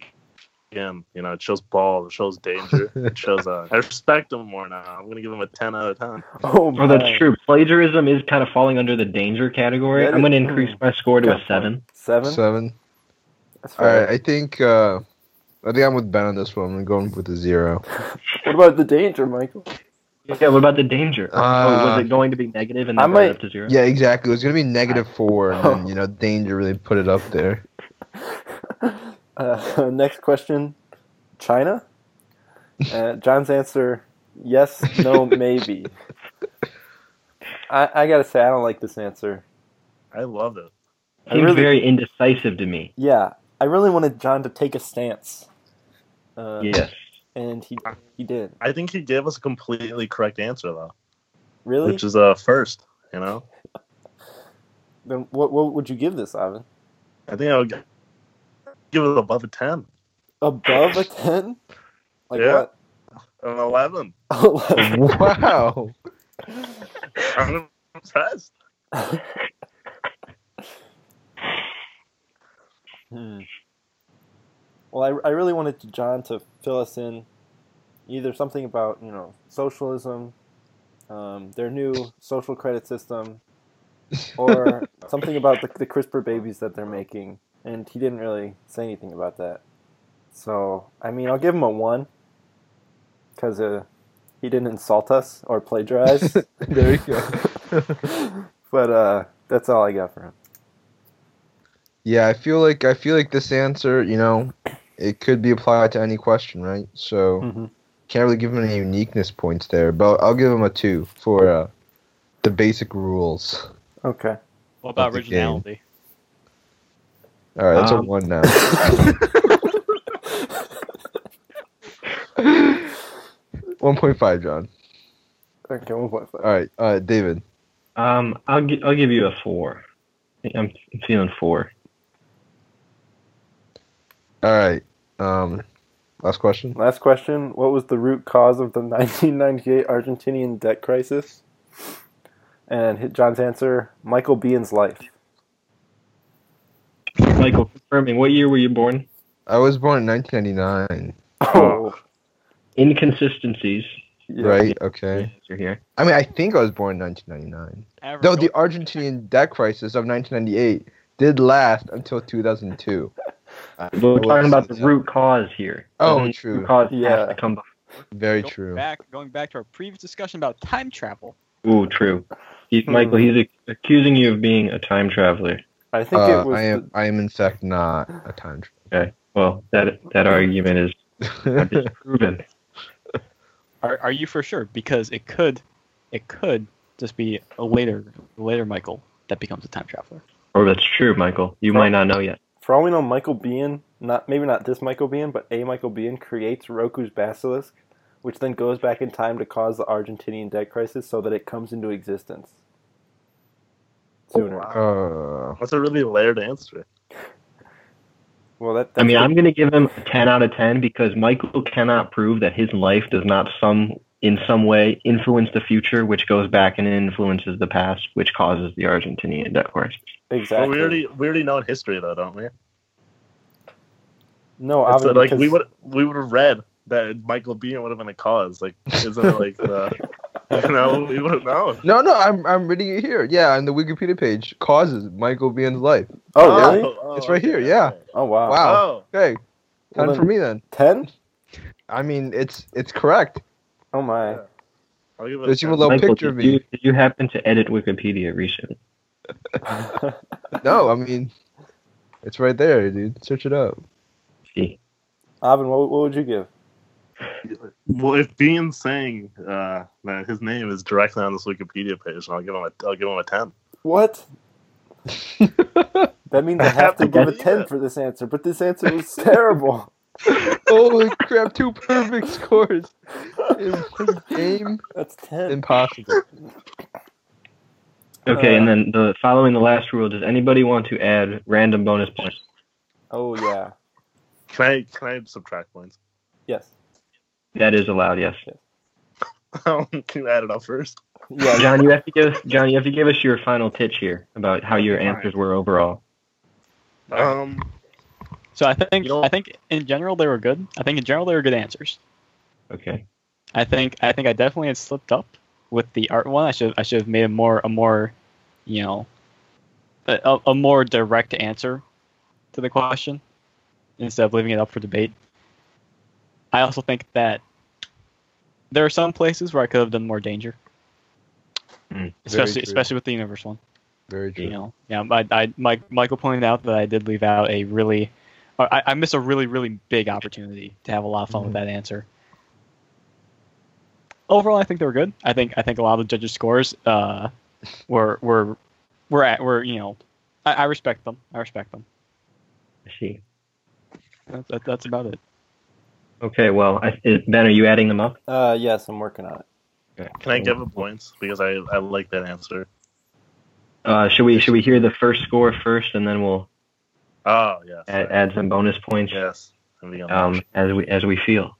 Speaker 5: again, you know, it shows balls, it shows danger, it shows. Uh, I respect him more now. I'm gonna give him a ten out of ten.
Speaker 1: Oh,
Speaker 3: Oh, that's
Speaker 1: my.
Speaker 3: true. Plagiarism is kind of falling under the danger category.
Speaker 1: That
Speaker 3: I'm going to
Speaker 1: is-
Speaker 3: increase my score to
Speaker 1: Good
Speaker 3: a
Speaker 1: point.
Speaker 3: seven.
Speaker 1: Seven.
Speaker 2: Seven.
Speaker 1: That's
Speaker 2: All
Speaker 1: fair.
Speaker 2: right, I think uh, I think I'm with Ben on this one. I'm going with a zero.
Speaker 1: What about the danger, Michael?
Speaker 3: Yeah, what about the danger?
Speaker 2: Uh,
Speaker 3: oh, was it going to be negative and
Speaker 1: I
Speaker 3: then brought it
Speaker 1: might-
Speaker 3: up to zero?
Speaker 2: Yeah, exactly. It was gonna be negative four, and then you know danger really put it up there.
Speaker 1: Uh, next question China? Uh, John's answer yes, no, maybe. I, I gotta say, I don't like this answer.
Speaker 5: I love it.
Speaker 1: I
Speaker 3: Seems
Speaker 1: really-
Speaker 3: very indecisive to me.
Speaker 1: Yeah, I really wanted John to take a stance. Uh,
Speaker 3: yes.
Speaker 1: And he, he did.
Speaker 5: I think he gave us a completely correct answer though,
Speaker 1: Really?
Speaker 5: which is uh first. You know,
Speaker 1: then what, what would you give this, Ivan?
Speaker 5: I think I would. give it above a ten,
Speaker 1: Above a ten? Like
Speaker 5: Yeah.
Speaker 1: what?
Speaker 5: an eleven.
Speaker 1: Eleven.
Speaker 2: wow.
Speaker 5: I'm obsessed.
Speaker 1: Hmm. Well, I, I really wanted to- John to fill us in, either something about you know socialism, um, their new social credit system, or something about the, the CRISPR babies that they're making, and he didn't really say anything about that. So I mean, I'll give him a one because uh, he didn't insult us or plagiarize.
Speaker 2: there you go.
Speaker 1: but uh, that's all I got for him.
Speaker 2: Yeah, I feel like I feel like this answer, you know, it could be applied to any question, right? So can't really give him any uniqueness points there, but I'll give him a two for uh, the basic rules.
Speaker 1: Okay.
Speaker 4: What about
Speaker 2: Of the game.
Speaker 4: originality?
Speaker 2: All right, that's a
Speaker 3: Um,
Speaker 2: one now. one point five, John.
Speaker 1: Okay. One point five.
Speaker 2: All right, uh, David.
Speaker 3: Um, I'll gi- I'll give you a four. I'm I'm feeling four.
Speaker 2: All right, um, last question.
Speaker 1: Last question. What was the root cause of the 1998 Argentinian debt crisis? And hit John's answer Michael Bean's life.
Speaker 3: Michael, confirming what year were you born?
Speaker 2: I was born in 1999,
Speaker 1: Oh,
Speaker 3: Inconsistencies.
Speaker 1: yeah.
Speaker 2: right? Okay.
Speaker 3: You're here.
Speaker 2: I mean, I think I was born in 1999.
Speaker 4: Average
Speaker 2: Though the Argentinian debt crisis of 1998 did last until 2002. I
Speaker 3: But we're
Speaker 2: will
Speaker 3: talking about
Speaker 2: say
Speaker 3: the
Speaker 2: that.
Speaker 3: root cause here.
Speaker 2: Oh,
Speaker 3: Doesn't
Speaker 2: true.
Speaker 3: Root cause
Speaker 1: Yeah.
Speaker 3: has to come. bef-
Speaker 2: Very
Speaker 4: going
Speaker 2: true.
Speaker 4: Back going back to our previous discussion about time travel.
Speaker 3: Ooh, true. He's Michael. He's ac- accusing you of being a time traveler.
Speaker 1: I think
Speaker 2: Uh,
Speaker 1: it was.
Speaker 2: I am. I am in fact not a time
Speaker 3: Well, that that argument is
Speaker 2: traveler.
Speaker 3: proven.
Speaker 4: Are, are you for sure? Because it could, it could just be a later later Michael that becomes a time traveler.
Speaker 3: Or that's true, Michael. You might not know yet.
Speaker 1: for all we know, Michael Bean, not maybe not this Michael Bean, but a Michael Bean creates Roku's basilisk, which then goes back in time to cause the Argentinian debt crisis so that it comes into existence sooner.
Speaker 2: uh,
Speaker 5: That's a really layered answer.
Speaker 1: Well, that,
Speaker 3: I
Speaker 1: that's
Speaker 3: mean,
Speaker 1: what-
Speaker 3: I'm going to give him a 10 out of 10 because Michael cannot prove that his life does not some in some way influence the future, which goes back and influences the past, which causes the Argentinian debt crisis.
Speaker 1: exactly.
Speaker 5: But we already we already know in history though, don't we?
Speaker 1: no,
Speaker 5: It's
Speaker 1: obviously,
Speaker 5: like we
Speaker 1: because-
Speaker 5: would we would have read that Michael Bean would have been a cause. Like, isn't it like the you know we would have known?
Speaker 2: no, no. I'm. I'm reading it here. Yeah, on the Wikipedia page. Causes Michael Bean's life.
Speaker 1: Oh, really?
Speaker 2: It's right here, yeah.
Speaker 1: Oh, wow.
Speaker 2: Wow.
Speaker 5: Oh,
Speaker 2: Okay,
Speaker 1: Well,
Speaker 2: time
Speaker 1: then-
Speaker 2: for me then.
Speaker 1: 10?
Speaker 2: I mean, it's it's correct.
Speaker 1: Oh, my.
Speaker 5: I'll give it a
Speaker 2: There's even a
Speaker 5: 10.
Speaker 2: little
Speaker 3: Michael,
Speaker 2: picture of
Speaker 3: did
Speaker 2: me.
Speaker 3: you, did you happen to edit Wikipedia recently?
Speaker 2: No, I mean, it's right there, dude. Search it up.
Speaker 3: See,
Speaker 1: Avin, what, what would you give?
Speaker 5: Well, if Bean's saying uh, that his name is directly on this Wikipedia page, I'll give him a I'll give him a ten.
Speaker 1: What? that means I have to give a
Speaker 5: Yeah.
Speaker 1: 10 for this answer, but this answer was terrible.
Speaker 2: Holy crap! Two perfect scores. In one game
Speaker 1: That's 10.
Speaker 2: impossible.
Speaker 3: okay,
Speaker 1: Uh,
Speaker 3: and then the following the last rule, does anybody want to add random bonus points?
Speaker 1: Oh, yeah.
Speaker 5: Can I can I subtract points?
Speaker 1: Yes.
Speaker 3: That is allowed, yes.
Speaker 5: Um, can you add it up first?
Speaker 1: Yeah.
Speaker 3: John, you have to give us, John, you have to give us your final titch here about how your
Speaker 5: Okay, all
Speaker 3: answers were overall.
Speaker 5: Um,
Speaker 4: So I think
Speaker 5: You know-
Speaker 4: I think in general they were good. I think in general they were good answers.
Speaker 3: Okay.
Speaker 4: I think I think I definitely had slipped up with the art one. I should I should have made a more a more, you know, a, a more direct answer to the question instead of leaving it up for debate. I also think that there are some places where I could have done more danger,
Speaker 3: Mm,
Speaker 4: especially
Speaker 2: true.
Speaker 4: especially with the universe one.
Speaker 2: Very
Speaker 4: You
Speaker 2: true.
Speaker 4: know, yeah. I, I Mike, Michael pointed out that I did leave out a really, or I, I missed a really really big opportunity to have a lot of fun with that answer. Overall, I think they were good. I think I think a lot of the judges' scores uh, were were were at were you know, I, I respect them. I respect them.
Speaker 3: I see.
Speaker 4: That, that, that's about it.
Speaker 3: Okay, well, I, is, Ben, are you adding them up?
Speaker 1: Uh, yes, I'm working on it.
Speaker 5: can I give him points because I I like that answer.
Speaker 3: Uh, should we should we hear the first score first, and then we'll
Speaker 5: Oh yes.
Speaker 3: add, add some bonus points
Speaker 5: yes. And the
Speaker 3: um, as we as we feel.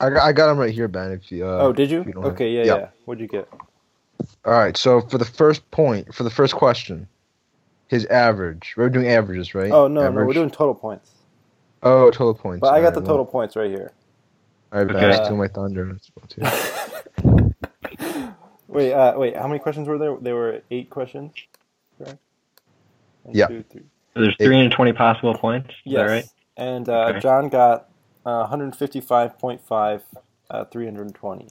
Speaker 2: I, got- I got him right here, Ben. If you, uh,
Speaker 1: Oh, did you?
Speaker 2: we don't have-
Speaker 1: Okay, yeah,
Speaker 2: yeah.
Speaker 1: yeah. What'd you get?
Speaker 2: All right. So for the first point, for the first question, his average. We're doing averages, right?
Speaker 1: Oh no, no, we're
Speaker 2: Average.
Speaker 1: doing total points.
Speaker 2: Oh, total points.
Speaker 1: But I got
Speaker 2: Alright,
Speaker 1: the
Speaker 2: well,
Speaker 1: total points right here.
Speaker 2: All right,
Speaker 3: Okay.
Speaker 2: Ben. I steal my thunder. That's about two.
Speaker 1: Wait, uh, wait. How many questions were there? There were eight questions. Correct. One,
Speaker 2: Yeah.
Speaker 1: two, three.
Speaker 3: So there's 320 possible points. Is
Speaker 1: Yes.
Speaker 3: that right?
Speaker 1: And uh,
Speaker 3: Okay.
Speaker 1: John got uh, 155.5, uh, 320.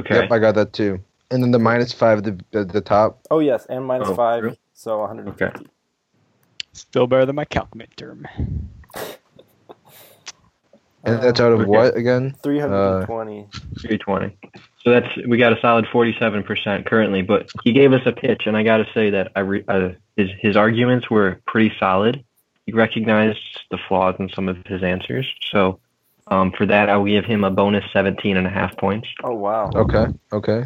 Speaker 3: Okay.
Speaker 2: Yep, I got that too. And then the minus five at the at the top.
Speaker 1: Oh yes, and minus
Speaker 3: Oh,
Speaker 1: five,
Speaker 3: really?
Speaker 1: so 150.
Speaker 4: Still better than my calc midterm.
Speaker 2: And that's uh,
Speaker 1: Uh,
Speaker 2: out of
Speaker 3: okay.
Speaker 2: what again?
Speaker 1: 320.
Speaker 3: 320. So that's we got a solid 47% currently, but he gave us a pitch, and I got to say that I re, uh, his his arguments were pretty solid. He recognized the flaws in some of his answers, so um, for that I will give him a bonus 17 and a half points.
Speaker 1: oh wow.
Speaker 2: Okay. Okay.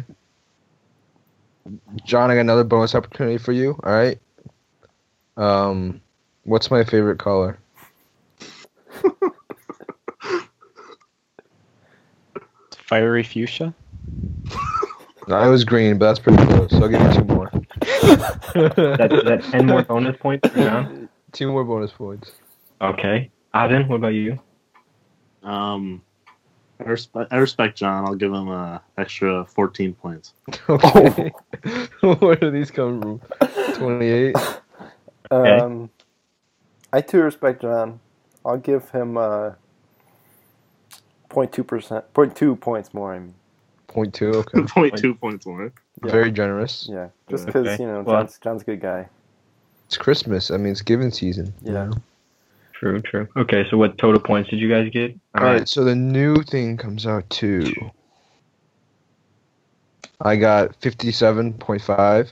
Speaker 2: John, I got another bonus opportunity for you. All right. Um, what's my favorite color?
Speaker 4: Fiery fuchsia.
Speaker 2: No, it was green, but that's pretty close. So I'll give you two more.
Speaker 3: That's that 10 more bonus points for John.
Speaker 2: two more bonus points.
Speaker 3: Okay, Aden, what about you?
Speaker 5: um, I respect, I respect John. I'll give him uh, extra 14 points.
Speaker 3: Oh.
Speaker 2: Okay. Where do these come from? Twenty-eight.
Speaker 3: Okay.
Speaker 1: Um, I too respect John. I'll give him uh, 0.2 percent, 0.2 points more. I mean,
Speaker 2: Point two. Okay.
Speaker 5: Point two points more.
Speaker 1: Yeah.
Speaker 2: Very generous.
Speaker 1: yeah, just because
Speaker 3: Okay.
Speaker 1: you know
Speaker 3: Well-
Speaker 1: John's, John's a good guy.
Speaker 2: It's Christmas. I mean, it's giving season. you
Speaker 1: Yeah.
Speaker 2: know?
Speaker 3: True, true. Okay, so what total points did you guys get?
Speaker 2: All right, so the new thing comes out too. I got fifty-seven point five.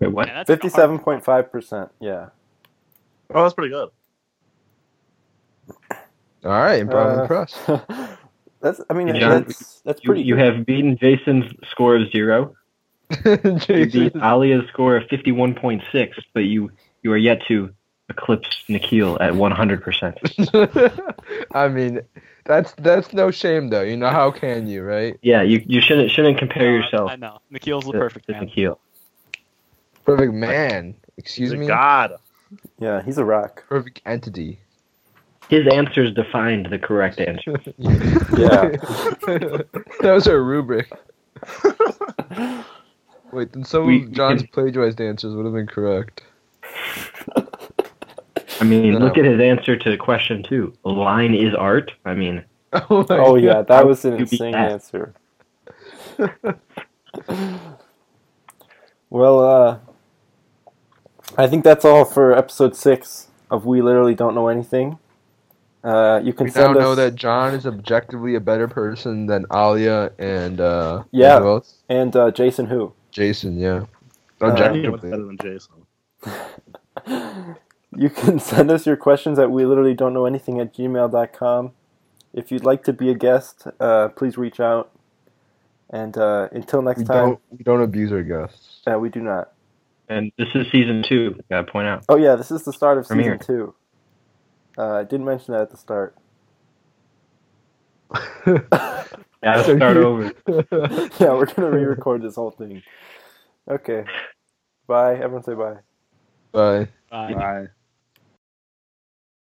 Speaker 3: Wait, what?
Speaker 4: Yeah, that's a hard-
Speaker 1: 57.5 percent. Yeah.
Speaker 5: Oh, that's pretty good.
Speaker 2: All right, bro, I'm
Speaker 1: Uh,
Speaker 2: impressed.
Speaker 1: that's. I mean,
Speaker 3: Yeah.
Speaker 1: that's that's
Speaker 3: You,
Speaker 1: pretty.
Speaker 3: you
Speaker 1: good.
Speaker 3: have beaten Jason's score of zero. You beat
Speaker 2: Jason,
Speaker 3: Alia's score of 51.6, but you you are yet to eclipse Nikhil at 100%.
Speaker 2: I mean, that's that's no shame though. You know how can you, right?
Speaker 3: Yeah, you, you shouldn't shouldn't compare
Speaker 4: Uh,
Speaker 3: yourself
Speaker 4: I know. Nikhil's the
Speaker 3: to,
Speaker 4: perfect
Speaker 3: to
Speaker 4: man.
Speaker 3: Nikhil.
Speaker 2: Perfect man. Excuse
Speaker 5: He's a
Speaker 2: me.
Speaker 5: God.
Speaker 1: yeah, he's a rock.
Speaker 2: Perfect entity.
Speaker 3: His answers defined the correct answer.
Speaker 1: Yeah.
Speaker 2: that was our rubric. Wait, then some
Speaker 3: We-
Speaker 2: of John's plagiarized answers would have been correct.
Speaker 3: I mean,
Speaker 2: No.
Speaker 3: look at his answer to question two. Line is art. I mean,
Speaker 2: Oh, my
Speaker 1: Oh yeah, that was
Speaker 3: You
Speaker 1: an
Speaker 3: beat
Speaker 1: insane
Speaker 3: that.
Speaker 1: answer. well, uh, I think that's all for episode six of We Literally Don't Know Anything. Uh, you can
Speaker 2: We now
Speaker 1: send us.
Speaker 2: know that John is objectively a better person than Alia and uh
Speaker 1: Yeah.
Speaker 2: who else?
Speaker 1: And uh, Jason, who?
Speaker 2: Jason, yeah. Oh,
Speaker 1: Uh,
Speaker 5: Anyone's
Speaker 2: Objectively.
Speaker 5: better than Jason.
Speaker 1: You can send us your questions at we literally don't know anything at gmail.com. If you'd like to be a guest, uh, please reach out. And uh, until next
Speaker 2: we
Speaker 1: time,
Speaker 2: don't we don't abuse our guests.
Speaker 1: uh, we do not.
Speaker 3: and this is season two. Gotta point out.
Speaker 1: Oh, yeah, this is the start of
Speaker 3: Premiere.
Speaker 1: season two. Uh, I did mention that at the start.
Speaker 3: Gotta
Speaker 2: So
Speaker 3: start
Speaker 2: you-
Speaker 3: over.
Speaker 1: yeah, we're gonna re-record this whole thing. Okay. Bye. Everyone say bye.
Speaker 2: Bye.
Speaker 4: Uh,
Speaker 5: Bye.